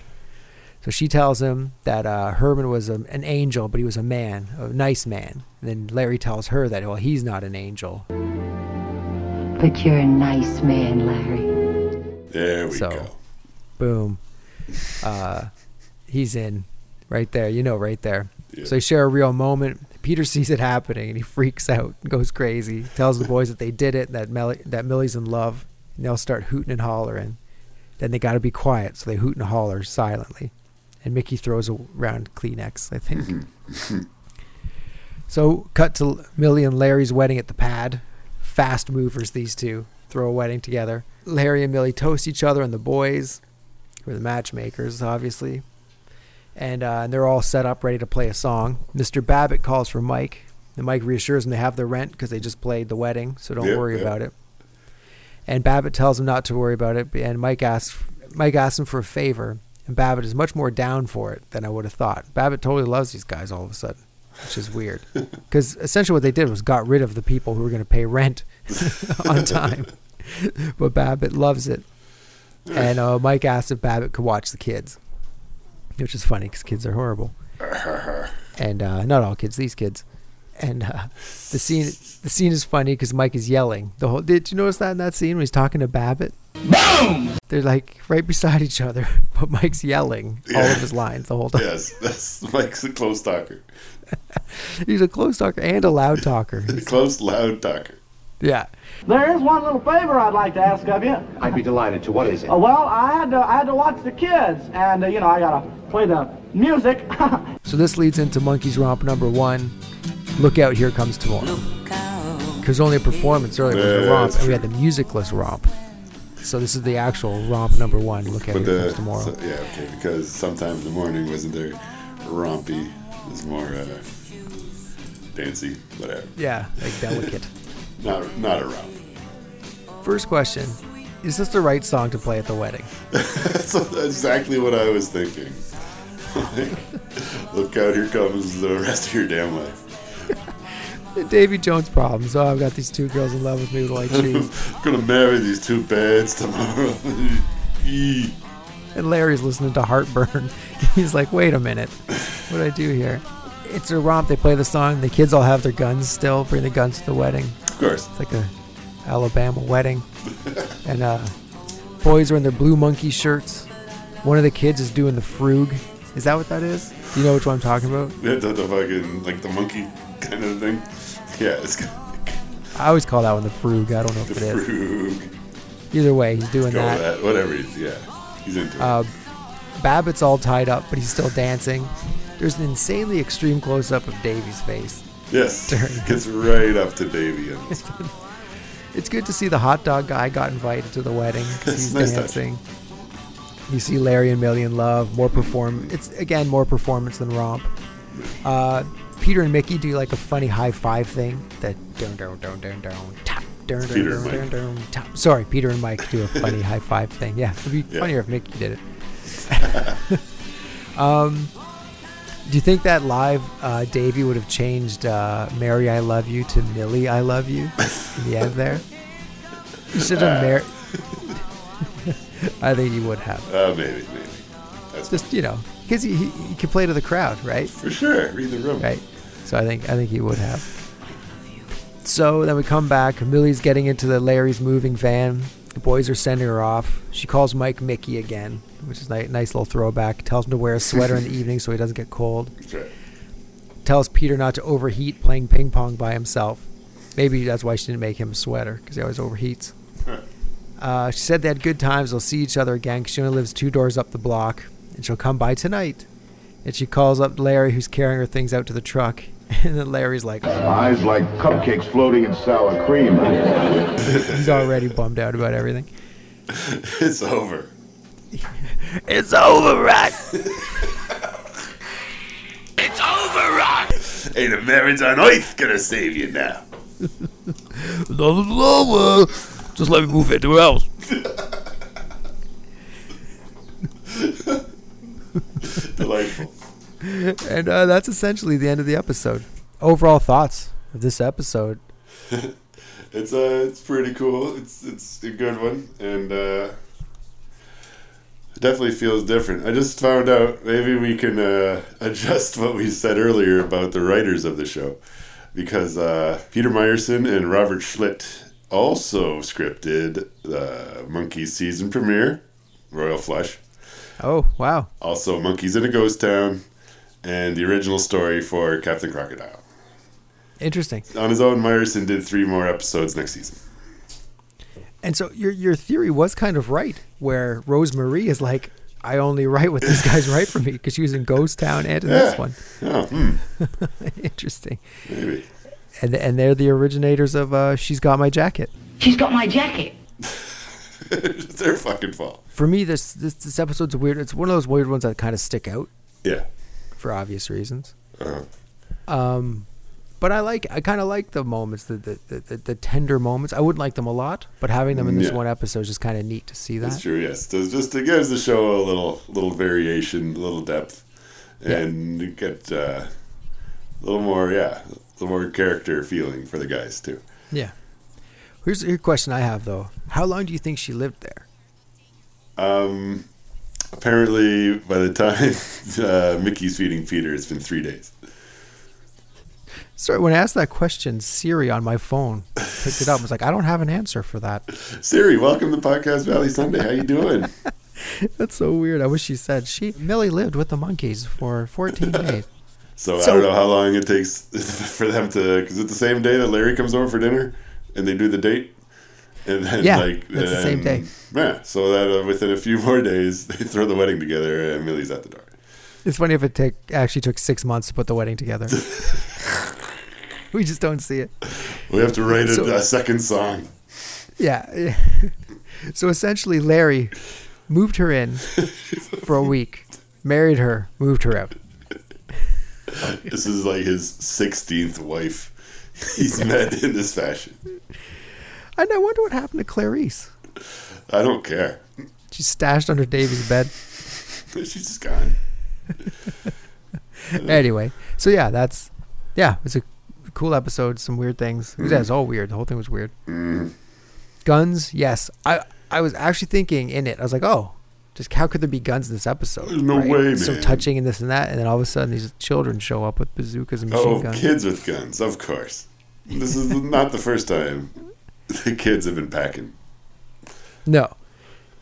[SPEAKER 1] So she tells him that uh, Herman was a, an angel, but he was a man, a nice man. And then Larry tells her that, well, he's not an angel.
[SPEAKER 5] But you're a nice man, Larry.
[SPEAKER 2] There we
[SPEAKER 1] So-
[SPEAKER 2] go.
[SPEAKER 1] Boom. Uh, he's in right there. You know, right there.
[SPEAKER 2] Yeah.
[SPEAKER 1] So they share a real moment. Peter sees it happening and he freaks out, goes crazy, tells the boys that they did it, that, Mel- that Millie's in love. And they'll start hooting and hollering. Then they got to be quiet. So they hoot and holler silently. And Mickey throws around Kleenex, I think. so cut to Millie and Larry's wedding at the pad. Fast movers, these two. Throw a wedding together. Larry and Millie toast each other and the boys who are the matchmakers, obviously. And, uh, and they're all set up, ready to play a song. Mr. Babbitt calls for Mike. And Mike reassures him they have their rent because they just played the wedding, so don't
[SPEAKER 2] Yeah,
[SPEAKER 1] worry
[SPEAKER 2] yeah.
[SPEAKER 1] about it. And Babbitt tells him not to worry about it. And Mike asks, Mike asks him for a favor. And Babbitt is much more down for it than I would have thought. Babbitt totally loves these guys all of a sudden, which is weird. Because essentially what they did was got rid of the people who were going to pay rent on time. but Babbitt loves it. And uh, Mike asked if Babbitt could watch the kids, which is funny because kids are horrible. and uh, not all kids, these kids. And uh, the scene, the scene is funny because Mike is yelling. The whole. Did you notice that in that scene when he's talking to Babbitt? Boom! They're like right beside each other, but Mike's yelling all
[SPEAKER 2] Yeah.
[SPEAKER 1] of his lines the whole time.
[SPEAKER 2] Yes, that's Mike's a close talker.
[SPEAKER 1] He's a close talker and a loud talker.
[SPEAKER 2] A close, loud talker.
[SPEAKER 1] yeah.
[SPEAKER 3] There is one little favor I'd like to ask of you.
[SPEAKER 4] I'd be delighted to. What is it?
[SPEAKER 3] Uh, well, I had to, I had to watch the kids, and uh, you know I gotta play the music.
[SPEAKER 1] So this leads into Monkey's Romp number one. Look out! Here comes tomorrow. Because only a performance earlier was the
[SPEAKER 2] Yeah,
[SPEAKER 1] romp,
[SPEAKER 2] that's
[SPEAKER 1] and we had the musicless romp. So this is the actual romp number one. Look out!
[SPEAKER 2] But
[SPEAKER 1] Here
[SPEAKER 2] the
[SPEAKER 1] comes tomorrow.
[SPEAKER 2] so- yeah, okay, because sometimes the morning wasn't there rompy. It was more uh, dancey, whatever.
[SPEAKER 1] yeah, like delicate.
[SPEAKER 2] Not not a romp.
[SPEAKER 1] First question: Is this the right song to play at the wedding?
[SPEAKER 2] That's exactly what I was thinking. Look out! Here comes the rest of your damn life.
[SPEAKER 1] The Davy Jones problems. Oh, I've got these two girls in love with me. Who do I choose?
[SPEAKER 2] I'm gonna marry these two beds tomorrow. Eee.
[SPEAKER 1] And Larry's listening to Heartburn. He's like, wait a minute. What do I do here? It's a romp. They play the song. The kids all have their guns still. Bring the guns to the wedding.
[SPEAKER 2] of course.
[SPEAKER 1] It's like a Alabama wedding. and uh, boys are in their blue monkey shirts. One of the kids is doing the frug. Is that what that is? Do you know which one I'm talking about?
[SPEAKER 2] Yeah, the, the fucking like the monkey kind of thing. Yeah, it's
[SPEAKER 1] I always call that one the frug. I don't know if
[SPEAKER 2] the
[SPEAKER 1] it is.
[SPEAKER 2] frug.
[SPEAKER 1] Either way, he's doing
[SPEAKER 2] Go
[SPEAKER 1] that. Uh,
[SPEAKER 2] that whatever. He's, yeah, he's into it.
[SPEAKER 1] Babbitt's all tied up, but he's still dancing. There's an insanely extreme close up of Davy's face.
[SPEAKER 2] Yes, gets right up to Davy. and it's-
[SPEAKER 1] It's good to see the hot dog guy got invited to the wedding 'cause he's
[SPEAKER 2] Nice touch.
[SPEAKER 1] dancing. You see Larry and Millie in love. More perform. It's again more performance than romp. Uh, Peter and Mickey do like a funny high five thing. That dun dun dun dun dun tap. Dun, dun,
[SPEAKER 2] Peter
[SPEAKER 1] dun,
[SPEAKER 2] and
[SPEAKER 1] dun,
[SPEAKER 2] Mike.
[SPEAKER 1] dun, tap. Sorry, Peter and Mike do a funny high five thing. Yeah, it'd be
[SPEAKER 2] Yeah.
[SPEAKER 1] funnier if Mickey did it. um, do you think that live uh, Davey would have changed uh, "Mary I Love You" to "Millie I Love You" in the end there? You should have married. I think you would have.
[SPEAKER 2] Uh, maybe, maybe. That's
[SPEAKER 1] Just you know, because he, he he could play to the crowd, right?
[SPEAKER 2] for sure. Read the room.
[SPEAKER 1] Right. So I think I think he would have. So then we come back. Millie's getting into the Larry's moving van. The boys are sending her off. She calls Mike Mickey again, which is a nice little throwback. Tells him to wear a sweater in the evening so he doesn't get cold.
[SPEAKER 2] That's right.
[SPEAKER 1] Tells Peter not to overheat playing ping pong by himself. Maybe that's why she didn't make him a sweater because he always overheats. Uh, she said they had good times. They'll see each other again 'cause she only lives two doors up the block, and she'll come by tonight. And she calls up Larry, who's carrying her things out to the truck. And then Larry's like,
[SPEAKER 7] Eyes like cupcakes floating in sour cream.
[SPEAKER 1] he's already bummed out about everything.
[SPEAKER 2] It's over.
[SPEAKER 1] It's over, right?
[SPEAKER 2] Ain't a marriage on earth gonna save you now.
[SPEAKER 8] Nothing's wrong with her. Just let me move into her house.
[SPEAKER 2] delightful.
[SPEAKER 1] And uh, that's essentially the end of the episode. Overall thoughts of this episode.
[SPEAKER 2] It's uh, it's pretty cool. It's it's a good one, and uh, it definitely feels different. I just found out maybe we can uh, adjust what we said earlier about the writers of the show, because uh, Peter Meyerson and Robert Schlitt also scripted the Monkeys season premiere, Royal Flush,
[SPEAKER 1] Oh wow,
[SPEAKER 2] also Monkeys in a Ghost Town, and the original story for Captain Crocodile.
[SPEAKER 1] interesting.
[SPEAKER 2] On his own, Meyerson did three more episodes next season.
[SPEAKER 1] And so your your theory was kind of right, where Rosemarie is like, I only write what these guys write for me because she was in Ghost Town and in this
[SPEAKER 2] Yeah.
[SPEAKER 1] one.
[SPEAKER 2] Oh, hmm,
[SPEAKER 1] interesting.
[SPEAKER 2] maybe.
[SPEAKER 1] And and they're the originators of uh, She's Got My Jacket.
[SPEAKER 5] She's got my jacket.
[SPEAKER 2] it's their fucking fault.
[SPEAKER 1] For me, this this this episode's weird. It's one of those weird ones that kind of stick out
[SPEAKER 2] Yeah.
[SPEAKER 1] for obvious reasons.
[SPEAKER 2] Uh,
[SPEAKER 1] Um, but I like I kind of like the moments, the the, the the the tender moments. I wouldn't like them a lot, but having them in this
[SPEAKER 2] Yeah.
[SPEAKER 1] one episode is just kind of neat to see
[SPEAKER 2] that's
[SPEAKER 1] that.
[SPEAKER 2] true. Yes, Does just it gives the show a little little variation, a little depth, and you get uh, a little more, yeah, a little more character feeling for the guys too.
[SPEAKER 1] Yeah. Here's a question I have though. How long do you think she lived there?
[SPEAKER 2] Um, apparently, by the time uh, Mickey's feeding Peter, it's been three days.
[SPEAKER 1] Sorry, when I asked that question, Siri on my phone picked it up. and was like, I don't have an answer for that.
[SPEAKER 2] Siri, welcome to Podcast Valley Sunday. How you doing?
[SPEAKER 1] That's so weird. I wish she said she Millie lived with the monkeys for 14 days.
[SPEAKER 2] So, I
[SPEAKER 1] So-
[SPEAKER 2] don't know how long it takes for them to. Because it's the same day that Larry comes over for dinner, and they do the date, and then
[SPEAKER 1] Yeah,
[SPEAKER 2] like
[SPEAKER 1] that's the same
[SPEAKER 2] then-
[SPEAKER 1] day.
[SPEAKER 2] Yeah, so that uh, within a few more days they throw the wedding together, and Millie's at the door.
[SPEAKER 1] It's funny if it take, actually took six months to put the wedding together. we just don't see it.
[SPEAKER 2] We have to write a,
[SPEAKER 1] So-
[SPEAKER 2] a second song.
[SPEAKER 1] Yeah. so essentially, Larry moved her in for a week, married her, moved her out.
[SPEAKER 2] This is like his sixteenth wife he's met in this fashion.
[SPEAKER 1] And I wonder what happened to Clarice.
[SPEAKER 2] I don't care.
[SPEAKER 1] She's stashed under Davy's bed.
[SPEAKER 2] She's just gone.
[SPEAKER 1] anyway, so yeah, that's yeah, it's a cool episode. Some weird things. It was
[SPEAKER 2] Mm.
[SPEAKER 1] yeah, it's all weird. The whole thing was weird. Guns, yes. I I was actually thinking in it. I was like, oh, just how could there be guns in this episode?
[SPEAKER 2] No way,
[SPEAKER 1] So
[SPEAKER 2] man.
[SPEAKER 1] touching and this and that, and then all of a sudden these children show up with bazookas and machine
[SPEAKER 2] Oh,
[SPEAKER 1] guns.
[SPEAKER 2] kids with guns, of course. This is not the first time the kids have been packing.
[SPEAKER 1] No,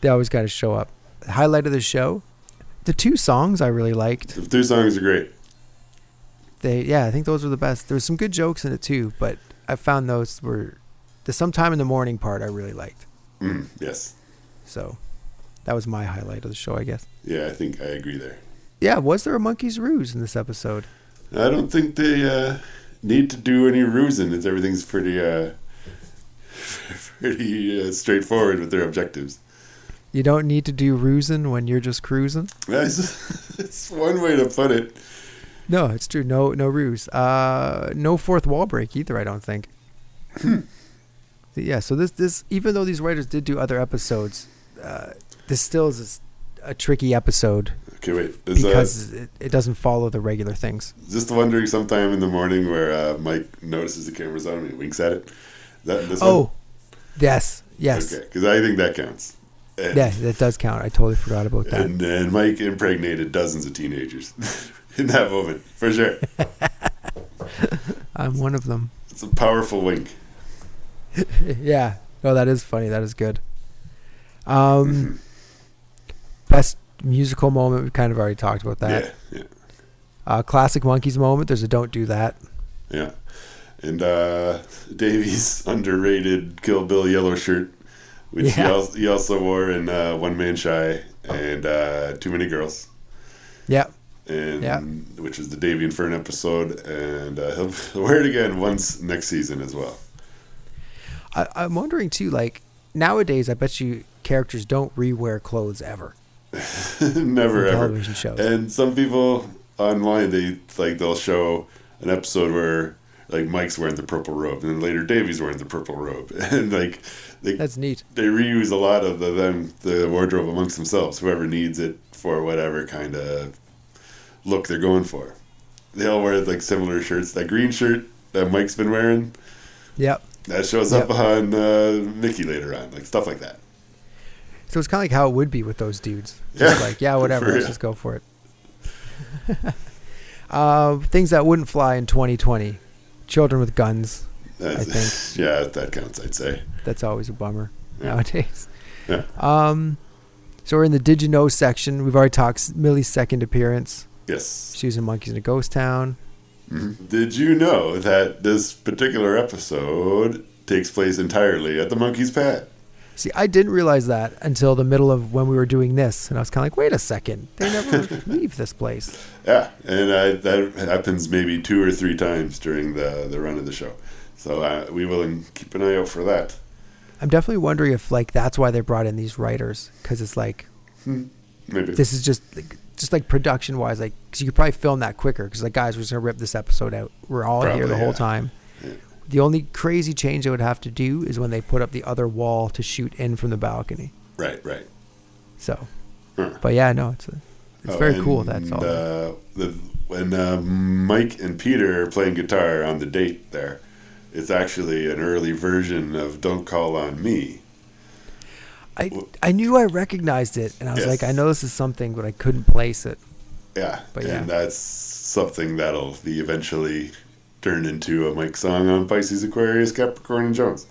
[SPEAKER 1] they always got to show up. Highlight of the show. The two songs I really liked.
[SPEAKER 2] The two songs are great.
[SPEAKER 1] They yeah, I think those were the best. There was some good jokes in it too, but I found those were the sometime in the morning part I really liked.
[SPEAKER 2] Mm, yes.
[SPEAKER 1] So that was my highlight of the show, I guess.
[SPEAKER 2] Yeah, I think I agree there.
[SPEAKER 1] Yeah, was there a monkey's ruse in this episode?
[SPEAKER 2] I don't think they uh, need to do any rusing. It's everything's pretty uh, pretty uh, straightforward with their objectives.
[SPEAKER 1] You don't need to do rusin when you're just cruising.
[SPEAKER 2] That's that's one way to put it.
[SPEAKER 1] No, it's true. No, no ruse. Uh, no fourth wall break either. I don't think. Hmm. yeah. So this, this, even though these writers did do other episodes, uh, this still is a, tricky episode
[SPEAKER 2] Okay, wait. Is uh,
[SPEAKER 1] because it, it doesn't follow the regular things.
[SPEAKER 2] just wondering sometime in the morning where uh, Mike notices the camera's on and he winks at it. That this
[SPEAKER 1] Oh, yes, yes,
[SPEAKER 2] okay. Because I think that counts. And,
[SPEAKER 1] yeah, that does count. I totally forgot about that.
[SPEAKER 2] and and Mike impregnated dozens of teenagers in that moment for sure.
[SPEAKER 1] I'm one of them.
[SPEAKER 2] It's a powerful wink.
[SPEAKER 1] Yeah. No, that is funny. That is good. Um, best musical moment. We kind of already talked about that.
[SPEAKER 2] Yeah, yeah.
[SPEAKER 1] Uh, classic monkeys moment. There's a don't do that.
[SPEAKER 2] Yeah. And uh, Davies' underrated Kill Bill yellow shirt, which he,
[SPEAKER 1] Yeah.
[SPEAKER 2] also, he also wore in uh, One Man Shy and uh, Too Many Girls,
[SPEAKER 1] Yeah.
[SPEAKER 2] and
[SPEAKER 1] Yeah.
[SPEAKER 2] which is the Davy Infern episode. And uh, he'll wear it again once next season as well.
[SPEAKER 1] I, I'm wondering too. Like nowadays, I bet you characters don't rewear clothes ever.
[SPEAKER 2] Never
[SPEAKER 1] From
[SPEAKER 2] ever.
[SPEAKER 1] television shows.
[SPEAKER 2] And some people online, they like they'll show an episode where like Mike's wearing the purple robe, and then later Davy's wearing the purple robe, and like they,
[SPEAKER 1] That's neat.
[SPEAKER 2] they reuse a lot of the them the wardrobe amongst themselves. Whoever needs it for whatever kind of look they're going for. They all wear like similar shirts. That green shirt that Mike's been wearing
[SPEAKER 1] Yep.
[SPEAKER 2] that shows up on uh, Mickey later on, like stuff like that.
[SPEAKER 1] So it's kind of like how it would be with those dudes. Just
[SPEAKER 2] Yeah.
[SPEAKER 1] like, yeah, whatever,
[SPEAKER 2] For
[SPEAKER 1] let's
[SPEAKER 2] real.
[SPEAKER 1] just go for it. uh, things that wouldn't fly in 2020. Children with guns.
[SPEAKER 2] That's- yeah, that counts. I'd say.
[SPEAKER 1] That's always a bummer nowadays. Um,
[SPEAKER 2] Yeah.
[SPEAKER 1] So we're in the Did You Know section. We've already talked s- Millie's second appearance.
[SPEAKER 2] yes.
[SPEAKER 1] She was in Monkeys in a Ghost Town.
[SPEAKER 2] Did you know that this particular episode takes place entirely at the Monkey's Pad?
[SPEAKER 1] See, I didn't realize that until the middle of when we were doing this. And I was kind of like, wait a second. They never leave this place.
[SPEAKER 2] Yeah, and I, that happens maybe two or three times during the, the run of the show. So uh, we will keep an eye out for that.
[SPEAKER 1] I'm definitely wondering if, like, that's why they brought in these writers. Because it's like,
[SPEAKER 2] Maybe.
[SPEAKER 1] this is just like, just like production wise, like 'cause you could probably film that quicker. Because like guys, we're just gonna rip this episode out. We're all here
[SPEAKER 2] Probably,
[SPEAKER 1] the whole
[SPEAKER 2] yeah.
[SPEAKER 1] time. The only crazy change they would have to do is when they put up the other wall to shoot in from the balcony.
[SPEAKER 2] right, right.
[SPEAKER 1] So,
[SPEAKER 2] Huh.
[SPEAKER 1] but yeah, no, it's a, it's
[SPEAKER 2] Oh,
[SPEAKER 1] very cool.
[SPEAKER 2] and,
[SPEAKER 1] That's all.
[SPEAKER 2] Uh, the, when uh, Mike and Peter are playing guitar on the date there, it's actually an early version of Don't Call on Me.
[SPEAKER 1] I I knew I recognized it, and I was
[SPEAKER 2] Yes.
[SPEAKER 1] like, I know this is something, but I couldn't place it.
[SPEAKER 2] Yeah,
[SPEAKER 1] But yeah.
[SPEAKER 2] and that's something that'll be eventually turned into a Mike song on Pisces, Aquarius, Capricorn, and Jones.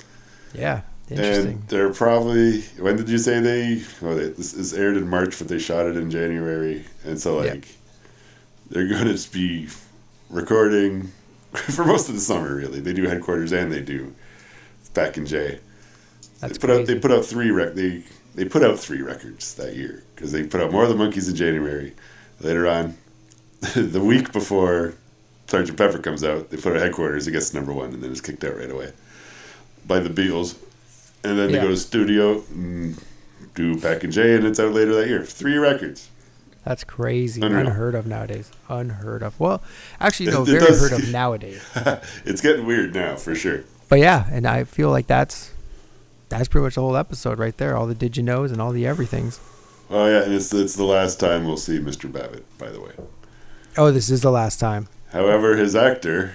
[SPEAKER 1] Yeah, interesting.
[SPEAKER 2] And they're probably when did you say they? Well, they, this is aired in March, but they shot it in January, and so
[SPEAKER 1] Yeah.
[SPEAKER 2] like they're going to be recording for most of the summer. Really, they do headquarters and they do back in J.
[SPEAKER 1] That's
[SPEAKER 2] they put out uh, they
[SPEAKER 1] crazy.
[SPEAKER 2] put out three rec- they they put out three records that year because they put out more of the monkeys in January. Later on, the week before Sergeant Pepper comes out, they put out headquarters. It gets to number one and then it's kicked out right away by the Beatles. And then
[SPEAKER 1] Yeah.
[SPEAKER 2] they go to studio and do Pack and Jay, and it's out later that year. Three records.
[SPEAKER 1] That's crazy.
[SPEAKER 2] Unreal.
[SPEAKER 1] Unheard of nowadays. Unheard of. Well, actually, no,
[SPEAKER 2] It
[SPEAKER 1] very
[SPEAKER 2] does-
[SPEAKER 1] heard of nowadays.
[SPEAKER 2] It's getting weird now for sure.
[SPEAKER 1] But yeah, and I feel like that's that's pretty much the whole episode right there. All the did you knows and all the everythings.
[SPEAKER 2] Oh yeah, and it's it's the last time we'll see Mr. Babbitt. By the way.
[SPEAKER 1] Oh, this is the last time.
[SPEAKER 2] However, his actor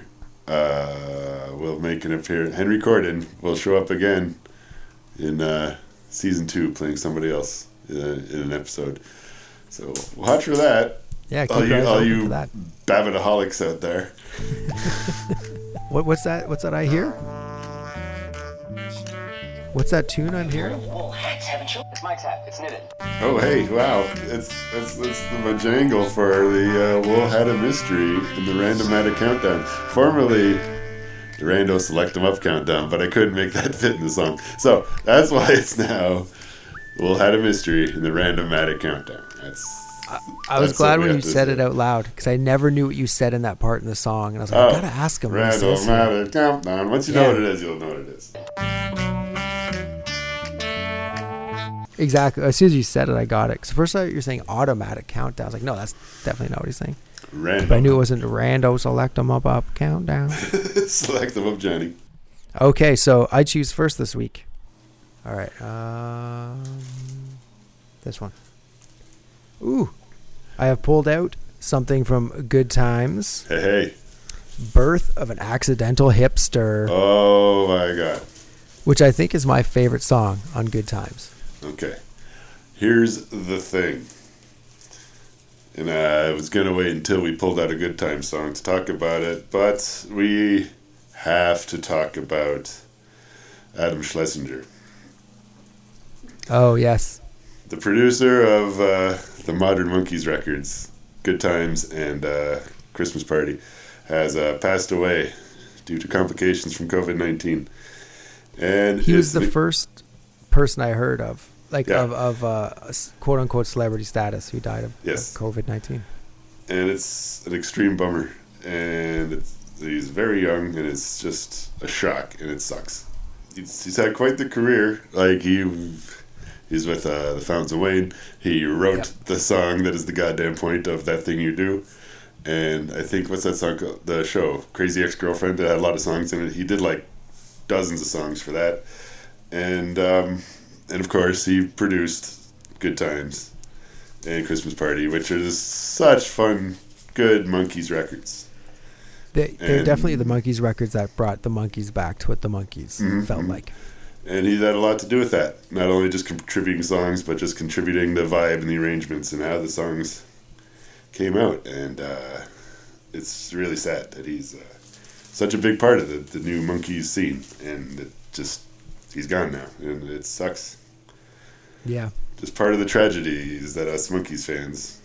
[SPEAKER 2] uh, will make an appearance. Henry Corden will show up again in uh, season two, playing somebody else in, a, in an episode. So watch for that,
[SPEAKER 1] Yeah, keep
[SPEAKER 2] all Oh, you,
[SPEAKER 1] your eyes
[SPEAKER 2] all
[SPEAKER 1] open
[SPEAKER 2] you
[SPEAKER 1] for that.
[SPEAKER 2] Babbittaholics out there.
[SPEAKER 1] What, what's that? What's that I hear? What's that tune I'm hearing?
[SPEAKER 8] It's Mike's hat. It's knitted.
[SPEAKER 2] Oh hey, wow! It's it's, it's the majangle for the uh, Wool Had a Mystery and the Random Had a Countdown. Formerly, the Rando Select 'Em Up Countdown, but I couldn't make that fit in the song, so that's why it's now Wool Had a Mystery and the Random Had a Countdown. That's
[SPEAKER 1] I was
[SPEAKER 2] That's what
[SPEAKER 1] glad
[SPEAKER 2] we
[SPEAKER 1] when you
[SPEAKER 2] have to
[SPEAKER 1] said
[SPEAKER 2] say.
[SPEAKER 1] it out loud because I never knew what you said in that part in the song, and I was
[SPEAKER 2] Oh,
[SPEAKER 1] like, I gotta ask him. when he
[SPEAKER 2] Random
[SPEAKER 1] says it.
[SPEAKER 2] Had a Countdown. Once you know
[SPEAKER 1] Yeah.
[SPEAKER 2] what it is, you'll know what it is.
[SPEAKER 1] Exactly. As soon as you said it, I got it. Because first I thought you were saying automatic countdown. I was like, no, that's definitely not what he's saying.
[SPEAKER 2] Random.
[SPEAKER 1] But I knew it wasn't rando select 'em up up countdown.
[SPEAKER 2] Select 'em Up, Johnny.
[SPEAKER 1] Okay, so I choose first this week. All right, um, this one. Ooh, I have pulled out something from Good Times:
[SPEAKER 2] Hey hey!
[SPEAKER 1] "Birth of an Accidental Hipster,"
[SPEAKER 2] Oh my God!
[SPEAKER 1] which I think is my favorite song on Good Times.
[SPEAKER 2] Okay. Here's the thing. And uh, I was going to wait until we pulled out a good time song to talk about it, but we have to talk about Adam Schlesinger,
[SPEAKER 1] Oh yes,
[SPEAKER 2] the producer of uh, the Modern Monkeys records, Good Times and uh, Christmas Party, has uh, passed away due to complications from COVID 19. And
[SPEAKER 1] he was
[SPEAKER 2] it's
[SPEAKER 1] the
[SPEAKER 2] be-
[SPEAKER 1] first person I heard of, like
[SPEAKER 2] Yeah.
[SPEAKER 1] of of uh, s- quote unquote celebrity status, who died of,
[SPEAKER 2] Yes.
[SPEAKER 1] COVID nineteen.
[SPEAKER 2] and it's an extreme bummer. And it's, he's very young, and it's just a shock, and it sucks. He's, he's had quite the career. Like he, he's with uh, the Fountains of Wayne. He wrote
[SPEAKER 1] Yep.
[SPEAKER 2] the song that is the goddamn point of that thing you do. And I think what's that song? called? The show Crazy Ex Girlfriend that had a lot of songs in it. He did like dozens of songs for that, and um, and of course he produced Good Times and Christmas Party, which is such fun good monkeys records.
[SPEAKER 1] They, they're
[SPEAKER 2] And-
[SPEAKER 1] definitely the monkeys records that brought the monkeys back to what the monkeys
[SPEAKER 2] Mm-hmm.
[SPEAKER 1] felt like.
[SPEAKER 2] And he had a lot to do with that. Not only just contributing songs, but just contributing the vibe and the arrangements and how the songs came out. And uh, it's really sad that he's uh, such a big part of the, the new monkeys scene. And it just, he's gone now. And it sucks.
[SPEAKER 1] Yeah,
[SPEAKER 2] just part of the tragedies that us monkeys fans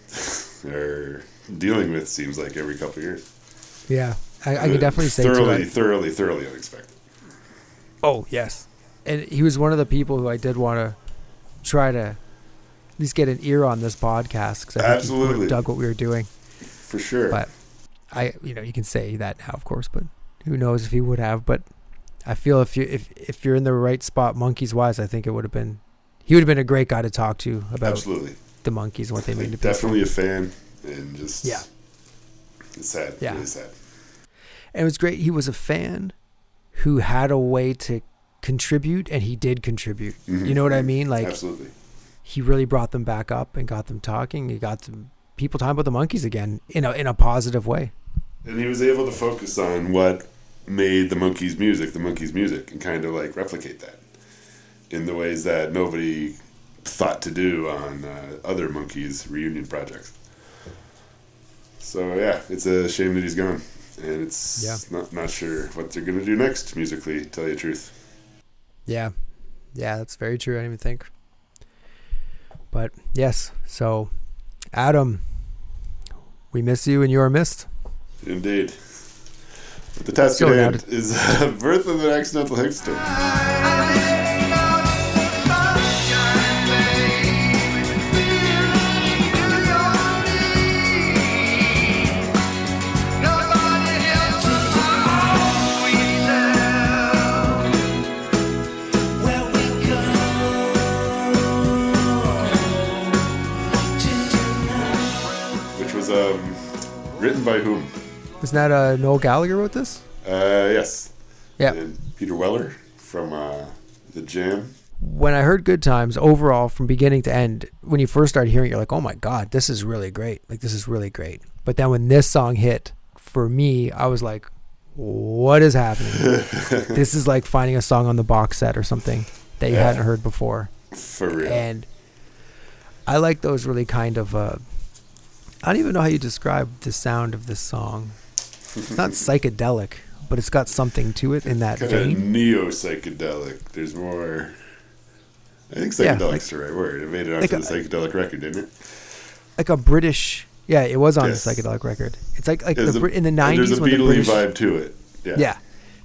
[SPEAKER 2] are dealing with seems like every couple of years
[SPEAKER 1] yeah, I, I can definitely say too,
[SPEAKER 2] thoroughly
[SPEAKER 1] I-
[SPEAKER 2] thoroughly thoroughly unexpected
[SPEAKER 1] Oh yes, and he was one of the people who I did want to try to at least get an ear on this podcast because I think he really
[SPEAKER 2] Absolutely.
[SPEAKER 1] dug what we were doing.
[SPEAKER 2] for sure
[SPEAKER 1] But I, you know, you can say that now, of course, but who knows if he would have? But I feel if you if if you're in the right spot, monkeys wise, I think it would have been he would have been a great guy to talk to about
[SPEAKER 2] absolutely
[SPEAKER 1] the monkeys and what they mean to people.
[SPEAKER 2] definitely a fan and just
[SPEAKER 1] Yeah.
[SPEAKER 2] it's sad
[SPEAKER 1] Yeah.
[SPEAKER 2] really sad
[SPEAKER 1] And it was great. He was a fan who had a way to contribute, and he did contribute.
[SPEAKER 2] Mm-hmm.
[SPEAKER 1] You know what I mean? Like
[SPEAKER 2] absolutely
[SPEAKER 1] he really brought them back up and got them talking. He got them, people talking about the monkeys again in a in a positive way.
[SPEAKER 2] and he was able to focus on what made the monkeys music the monkeys music and kind of like replicate that in the ways that nobody thought to do on uh, other monkeys reunion projects so yeah it's a shame that he's gone and it's
[SPEAKER 1] Yeah.
[SPEAKER 2] not, not sure what they're going to do next musically to tell you the truth
[SPEAKER 1] Yeah, yeah, that's very true. I didn't even think. But yes, so Adam, we miss you and you are missed.
[SPEAKER 2] Indeed. But the task
[SPEAKER 1] Still
[SPEAKER 2] at hand
[SPEAKER 1] doubted.
[SPEAKER 2] is uh, Birth of an Accidental Hipster. Which was um, written by whom?
[SPEAKER 1] Isn't that uh, Noel Gallagher wrote this?
[SPEAKER 2] Uh, yes.
[SPEAKER 1] Yeah.
[SPEAKER 2] And Peter Weller from uh, The Jam.
[SPEAKER 1] When I heard Good Times overall from beginning to end, when you first started hearing it, you're like, oh my God, this is really great. Like, this is really great. But then when this song hit, for me, I was like, what is happening? this is like finding a song on the box set or something that you hadn't heard before.
[SPEAKER 2] For real.
[SPEAKER 1] and I like those really kind of. Uh, I don't even know how you describe the sound of this song. It's not psychedelic, but it's got something to it in that
[SPEAKER 2] kind of
[SPEAKER 1] vein.
[SPEAKER 2] neo psychedelic. There's more. I think psychedelic's
[SPEAKER 1] Yeah,
[SPEAKER 2] the right word. It made it onto
[SPEAKER 1] like a-
[SPEAKER 2] the psychedelic record, didn't it?
[SPEAKER 1] Like a British. Yeah, it was on
[SPEAKER 2] Yes.
[SPEAKER 1] a psychedelic record. It's like like
[SPEAKER 2] There's
[SPEAKER 1] the,
[SPEAKER 2] a-
[SPEAKER 1] Brit in the
[SPEAKER 2] and
[SPEAKER 1] nineties
[SPEAKER 2] There's a
[SPEAKER 1] when the
[SPEAKER 2] Beatley
[SPEAKER 1] British.
[SPEAKER 2] vibe to it. Yeah.
[SPEAKER 1] Yeah,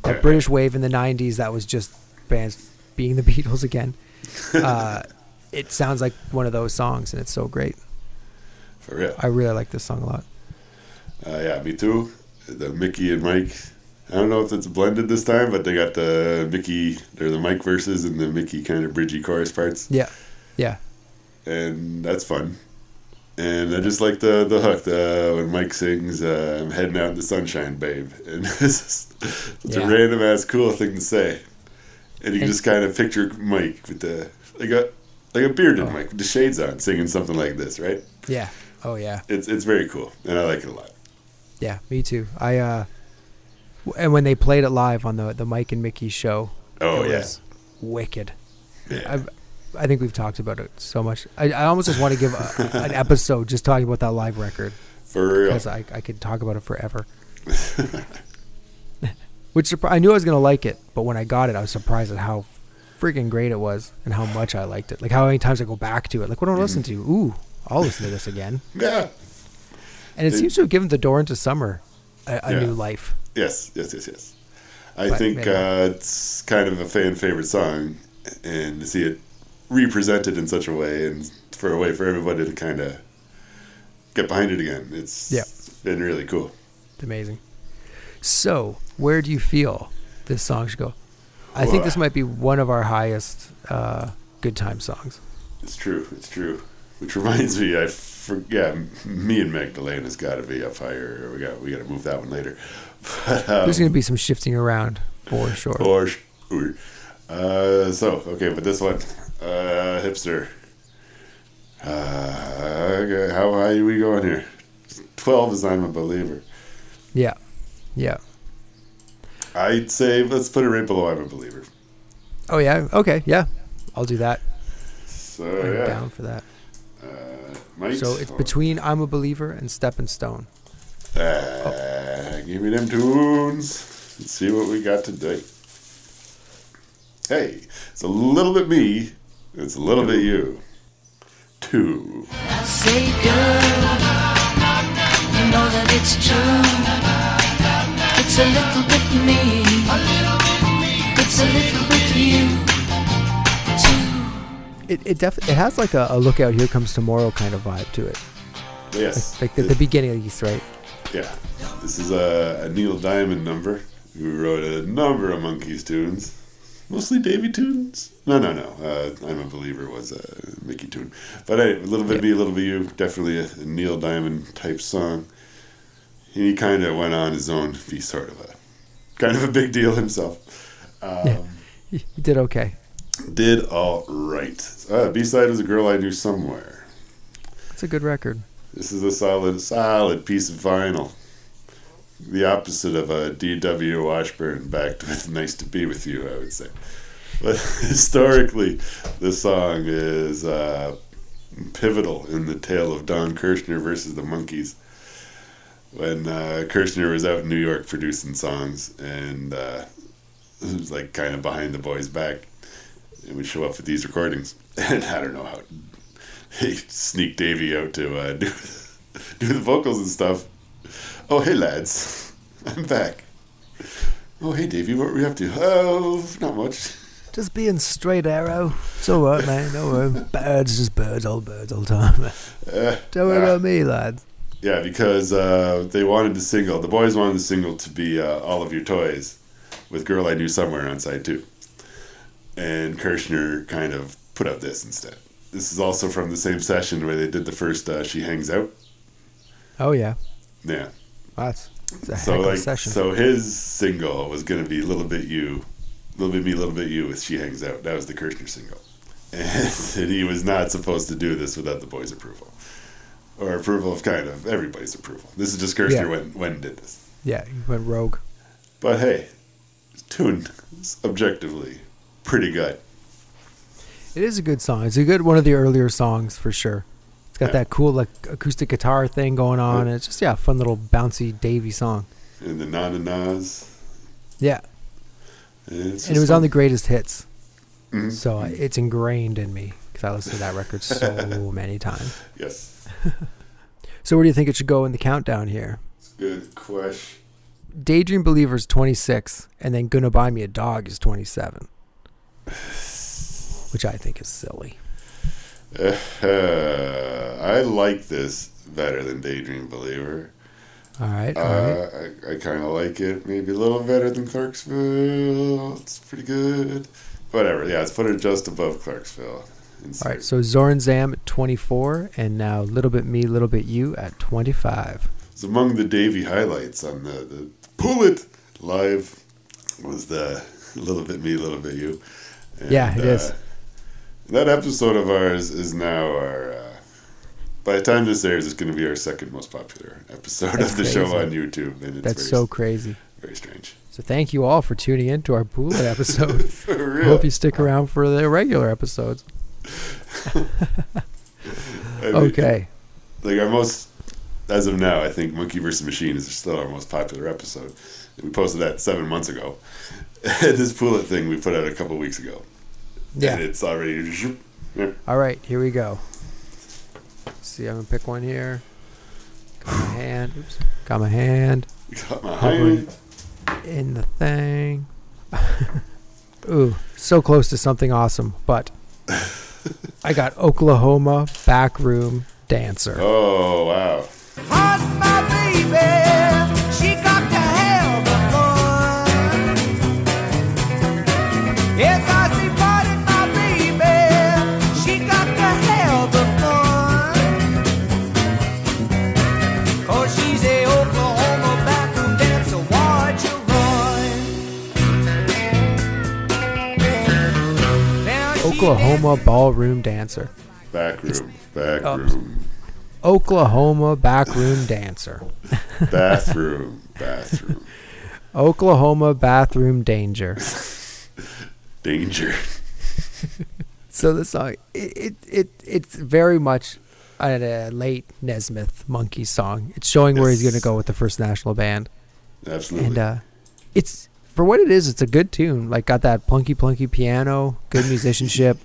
[SPEAKER 1] that
[SPEAKER 2] Yeah.
[SPEAKER 1] British wave in the nineties that was just bands being the Beatles again. Uh, it sounds like one of those songs, and it's so great.
[SPEAKER 2] For real.
[SPEAKER 1] I really like this song a lot.
[SPEAKER 2] Uh, yeah, me too. The Mickey and Mike. I don't know if it's blended this time, but they got the Mickey or the Mike verses and the Mickey kind of bridgy chorus parts,
[SPEAKER 1] Yeah, yeah,
[SPEAKER 2] and that's fun. And I just like the the hook the, when Mike sings uh, "I'm heading out in the sunshine, babe," and it's, just, it's
[SPEAKER 1] Yeah.
[SPEAKER 2] a random ass cool thing to say, and you can just kind of picture Mike with the like a like a
[SPEAKER 1] Oh.
[SPEAKER 2] bearded Mike with the shades on singing something like this, right?
[SPEAKER 1] yeah. Oh yeah.
[SPEAKER 2] It's it's very cool, and I like it a lot.
[SPEAKER 1] Yeah, me too. I uh w- and when they played it live on the the Mike and Mickey show,
[SPEAKER 2] Oh
[SPEAKER 1] it
[SPEAKER 2] yeah,
[SPEAKER 1] was wicked.
[SPEAKER 2] yeah.
[SPEAKER 1] I've, I think we've talked about it so much. I, I almost just want to give a, an episode just talking about that live record
[SPEAKER 2] for real.
[SPEAKER 1] because I, I could talk about it forever. Which surpri- I knew I was gonna like it, but when I got it, I was surprised at how freaking great it was and how much I liked it. Like how many times I go back to it. Like what do I listen to? Ooh, I'll listen to this again.
[SPEAKER 2] Yeah.
[SPEAKER 1] And it seems to have given the door into summer a, a
[SPEAKER 2] Yeah.
[SPEAKER 1] new life.
[SPEAKER 2] Yes, yes, yes, yes. I
[SPEAKER 1] But
[SPEAKER 2] think
[SPEAKER 1] maybe-
[SPEAKER 2] uh, it's kind of a fan favorite song, and to see it represented in such a way and for a way for everybody to kind of get behind it again, it's
[SPEAKER 1] Yeah.
[SPEAKER 2] been really cool.
[SPEAKER 1] It's amazing. So, where do you feel this song should go? I think this
[SPEAKER 2] Whoa.
[SPEAKER 1] might be one of our highest uh, good time songs.
[SPEAKER 2] It's true. It's true. Which reminds me, I for, yeah, me and Magdalene has got to be up higher. We got we got to move that one later. But, um,
[SPEAKER 1] There's going to be some shifting around for sure.
[SPEAKER 2] Or sure. Uh, so okay, but this one, uh, hipster. Uh, okay, how high are we going here? Twelve is I'm a believer.
[SPEAKER 1] Yeah. Yeah.
[SPEAKER 2] I'd say let's put it right below I'm a believer.
[SPEAKER 1] Oh yeah. Okay. Yeah. I'll do that.
[SPEAKER 2] So
[SPEAKER 1] I'm
[SPEAKER 2] Oh, yeah,
[SPEAKER 1] down for that.
[SPEAKER 2] Mike's-
[SPEAKER 1] So it's
[SPEAKER 2] oh,
[SPEAKER 1] between I'm a believer and Stepping Stone.
[SPEAKER 2] uh, Give me them tunes. Let's see what we got today. Hey, it's a little bit me. It's a little bit you. Two.
[SPEAKER 9] Say, girl, you know that it's true. It's a little bit me. It's a little bit you. Too.
[SPEAKER 1] It it def- it has like a, a look out here comes tomorrow kind of vibe to it.
[SPEAKER 2] Yes.
[SPEAKER 1] Like the, the beginning of East, right?
[SPEAKER 2] Yeah, this is a, a Neil Diamond number who wrote a number of Monkeys tunes, mostly Davy tunes. No, no, no. Uh, I'm a believer was a Mickey tune, but hey, a little bit me, a little bit you. Definitely a, a Neil Diamond type song. He kind of went on his own to be sort of a kind of a big deal himself. Um,
[SPEAKER 1] You you did okay.
[SPEAKER 2] Did all right. Uh, B side was a girl I knew somewhere.
[SPEAKER 1] It's a good record.
[SPEAKER 2] This is a solid, solid piece of vinyl. The opposite of a D.W. Washburn backed with Nice to Be With You, I would say. But historically, this song is uh, pivotal in the tale of Don Kirshner versus the Monkees. When uh, Kirshner was out in New York producing songs, and uh, it was like kind of behind the boys' back, and would show up with these recordings. And I don't know how he sneaked Davey out to uh, do, do the vocals and stuff. Oh, hey, lads. I'm back. Oh, hey, Davey, what were we up to? Oh, not much.
[SPEAKER 1] Just being straight arrow. It's all right, man. No worry. Birds, just birds, old birds, all time. Don't worry about me, lads.
[SPEAKER 2] Yeah, because uh, they wanted the single, the boys wanted the single to be uh, All of Your Toys with Girl I Knew Somewhere on side two. And Kirshner kind of put out this instead. This is also from the same session where they did the first uh, She Hangs Out.
[SPEAKER 1] Oh yeah,
[SPEAKER 2] Yeah.
[SPEAKER 1] that's it's a
[SPEAKER 2] so
[SPEAKER 1] heck of a
[SPEAKER 2] like
[SPEAKER 1] session.
[SPEAKER 2] so his single was gonna be little bit you little bit me little bit you with she hangs out that was the kirshner single and he was not supposed to do this without the boys approval or approval of kind of everybody's approval this is just kirshner
[SPEAKER 1] Yeah.
[SPEAKER 2] when when did this
[SPEAKER 1] yeah, you went rogue.
[SPEAKER 2] but hey tune is objectively pretty good
[SPEAKER 1] It is a good song. It's a good one of the earlier songs for sure. It's got
[SPEAKER 2] Yeah.
[SPEAKER 1] that cool like acoustic guitar thing going on. It's just yeah, fun little bouncy Davy song.
[SPEAKER 2] and the na na na's
[SPEAKER 1] Yeah, and it was on the greatest hits,
[SPEAKER 2] Mm-hmm.
[SPEAKER 1] so I, it's ingrained in me because I listened to that record so many times.
[SPEAKER 2] yes
[SPEAKER 1] So where do you think it should go in the countdown here?
[SPEAKER 2] good question
[SPEAKER 1] Daydream Believer is 26, and then Gonna Buy Me a Dog is 27, which I think is silly.
[SPEAKER 2] uh, i like this better than daydream believer
[SPEAKER 1] All right, all right.
[SPEAKER 2] Uh, I, I kind of like it. Maybe a little better than Clarksville. It's pretty good. Whatever. Yeah, let's put it just above Clarksville.
[SPEAKER 1] All right, so Zoran Zam at 24, and now Little Bit Me, Little Bit You at 25.
[SPEAKER 2] It's among the Davy highlights on the, the Pull It live was the Little Bit Me, Little Bit You. And, uh,
[SPEAKER 1] Yeah, it is.
[SPEAKER 2] That episode of ours is now our. Uh, by the time this airs, it's going to be our second most popular episode
[SPEAKER 1] That's
[SPEAKER 2] of the show
[SPEAKER 1] crazy.
[SPEAKER 2] on YouTube, and it's
[SPEAKER 1] That's
[SPEAKER 2] very,
[SPEAKER 1] so crazy.
[SPEAKER 2] very strange.
[SPEAKER 1] So thank you all for tuning in to our Bullet episode.
[SPEAKER 2] For
[SPEAKER 1] I
[SPEAKER 2] real.
[SPEAKER 1] hope you stick around for the regular episodes.
[SPEAKER 2] I mean,
[SPEAKER 1] Okay.
[SPEAKER 2] like our most as of now i think monkey vs machine is still our most popular episode we posted that seven months ago this Pulit thing we put out a couple weeks ago and
[SPEAKER 1] Yeah.
[SPEAKER 2] it's already
[SPEAKER 1] All right, here we go. Let's see, I'm going to pick one here. Got my hand. Oops. Got my hand
[SPEAKER 2] got my hand.
[SPEAKER 1] in the thing. Ooh, so close to something awesome, but I got Oklahoma Backroom Dancer.
[SPEAKER 2] oh wow
[SPEAKER 1] Oklahoma Ballroom Dancer.
[SPEAKER 2] back room back
[SPEAKER 1] Oh.
[SPEAKER 2] room
[SPEAKER 1] Oklahoma backroom dancer. Oh.
[SPEAKER 2] Bathroom, bathroom,
[SPEAKER 1] Oklahoma bathroom danger.
[SPEAKER 2] danger.
[SPEAKER 1] So the song, it, it, it it's very much a late Nesmith Monkey song. It's showing where he's going to
[SPEAKER 2] Yes.
[SPEAKER 1] go with the First National Band,
[SPEAKER 2] Absolutely.
[SPEAKER 1] and uh, it's for what it is. It's a good tune. Like got that plunky plunky piano, good musicianship.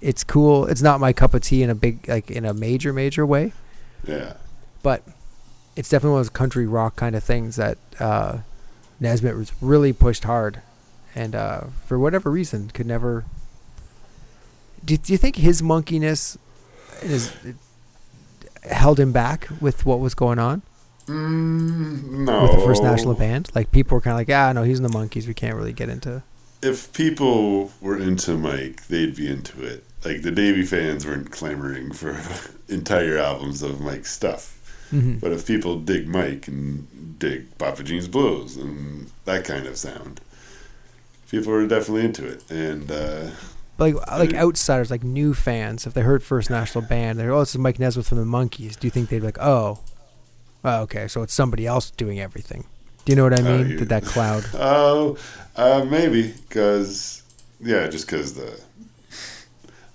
[SPEAKER 1] it's cool. It's not my cup of tea in a big like in a major major way,
[SPEAKER 2] yeah.
[SPEAKER 1] but it's definitely one of those country rock kind of things that uh, Nesmith was really pushed hard, and uh, for whatever reason could never. Do, do you think his monkiness is held him back with what was going on
[SPEAKER 2] No.
[SPEAKER 1] with the First National Band? Like people were kind of like, ah, no, he's in the monkeys. We can't really get into.
[SPEAKER 2] If people were into Mike, they'd be into it. Like the Davy fans weren't clamoring for entire albums of Mike's stuff. But if people dig Mike and dig Papa Jean's blues and that kind of sound, people are definitely into it. And uh,
[SPEAKER 1] But like
[SPEAKER 2] Mm.
[SPEAKER 1] like outsiders, like new fans, if they heard First National Band, they're oh, this is Mike Nesmith from the Monkees. Do you think they'd be like, oh, oh, okay, so it's somebody else doing everything? Do you know what I
[SPEAKER 2] Oh,
[SPEAKER 1] mean?
[SPEAKER 2] you-
[SPEAKER 1] Did that cloud?
[SPEAKER 2] Oh, uh, maybe because yeah, just because the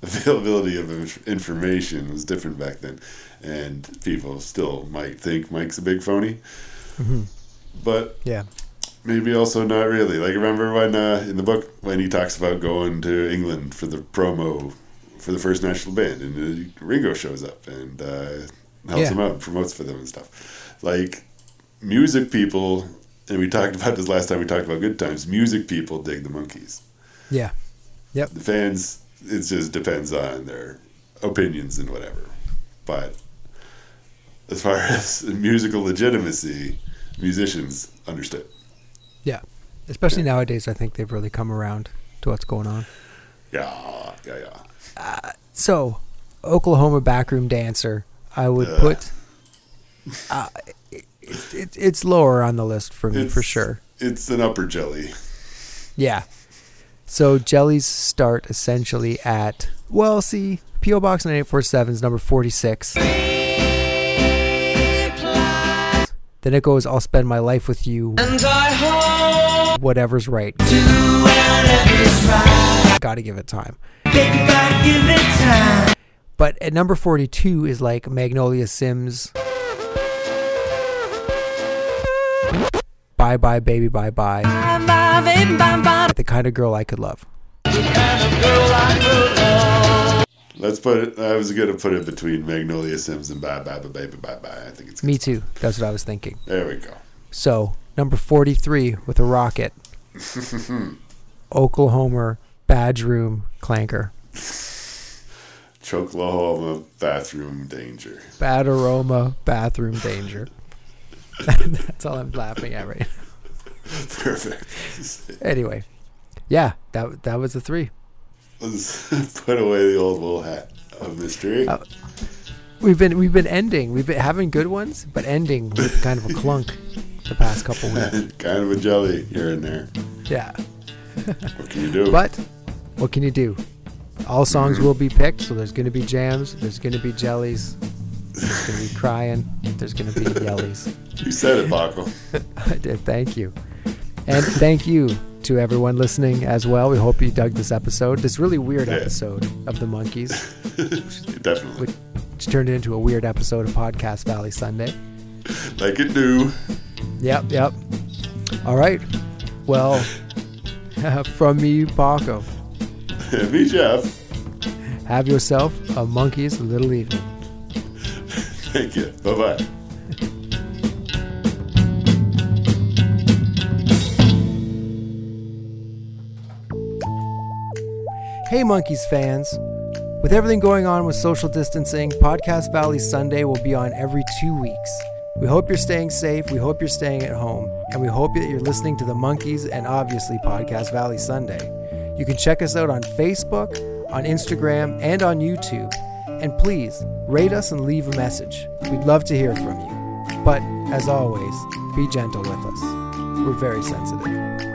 [SPEAKER 2] availability of inf- information was different back then, and people still might think Mike's a big phony, but
[SPEAKER 1] Yeah.
[SPEAKER 2] maybe also not really. Like remember when uh, in the book when he talks about going to England for the promo for the first national band, and uh, Ringo shows up and uh, helps
[SPEAKER 1] Yeah.
[SPEAKER 2] him out, promotes for them and stuff. Like music people, and we talked about this last time. We talked about good times. Music people dig the monkeys.
[SPEAKER 1] Yeah. Yep.
[SPEAKER 2] The fans, it just depends on their opinions and whatever. But as far as musical legitimacy, musicians understood.
[SPEAKER 1] Yeah. Especially nowadays, I think they've really come around to what's going on.
[SPEAKER 2] Yeah, yeah, yeah.
[SPEAKER 1] So, Oklahoma backroom dancer, I would
[SPEAKER 2] Ugh.
[SPEAKER 1] put. Uh, it, it, it's lower on the list for me Mm, for
[SPEAKER 2] It's-
[SPEAKER 1] sure.
[SPEAKER 2] It's an upper jelly.
[SPEAKER 1] Yeah. So jellies start essentially at well, see, PO Box 9847 is number 46. Then it goes, I'll spend my life with you. And I hope whatever's right. Gotta give it time. But at number 42 is like Magnolia Sims. Bye bye, baby, bye bye the kind of girl I could love.
[SPEAKER 2] Let's put it. I was gonna put it between Magnolia Sims and Bye Bye Bye Baby Bye Bye. I think it's good.
[SPEAKER 1] Me too. That's what I was thinking.
[SPEAKER 2] There we go.
[SPEAKER 1] So number forty-three with a rocket, Oklahoma bedroom clanker,
[SPEAKER 2] Choklahoma bathroom danger.
[SPEAKER 1] bad aroma, bathroom danger. That's all I'm laughing at right now.
[SPEAKER 2] Perfect.
[SPEAKER 1] Anyway, yeah, that that was the three.
[SPEAKER 2] Let's put away the old wool hat of mystery.
[SPEAKER 1] Oh. We've been we've been ending. We've been having good ones, but ending with kind of a clunk the past couple weeks.
[SPEAKER 2] kind of a jelly here and there.
[SPEAKER 1] Yeah.
[SPEAKER 2] What can you do?
[SPEAKER 1] But what can you do? All songs will be picked, so there's going to be jams, there's going to be jellies, there's going to be crying, there's going to be yellies.
[SPEAKER 2] you said it, Buckle.
[SPEAKER 1] I did. Thank you. And thank you to everyone listening as well. We hope you dug this episode, this really weird
[SPEAKER 2] Yeah.
[SPEAKER 1] episode of The Monkeys,
[SPEAKER 2] Definitely.
[SPEAKER 1] which turned into a weird episode of Podcast Valley Sunday.
[SPEAKER 2] Like it do.
[SPEAKER 1] Yep, yep. All right. Well, from me, Paco,
[SPEAKER 2] Me, Jeff.
[SPEAKER 1] have yourself a monkey's little evening.
[SPEAKER 2] Thank you. Bye bye.
[SPEAKER 1] Hey, Monkeys fans! With everything going on with social distancing, Podcast Valley Sunday will be on every two weeks. We hope you're staying safe, we hope you're staying at home, and we hope that you're listening to the Monkeys and obviously Podcast Valley Sunday. You can check us out on Facebook, on Instagram, and on YouTube. And please rate us and leave a message. We'd love to hear from you. But as always, be gentle with us. We're very sensitive.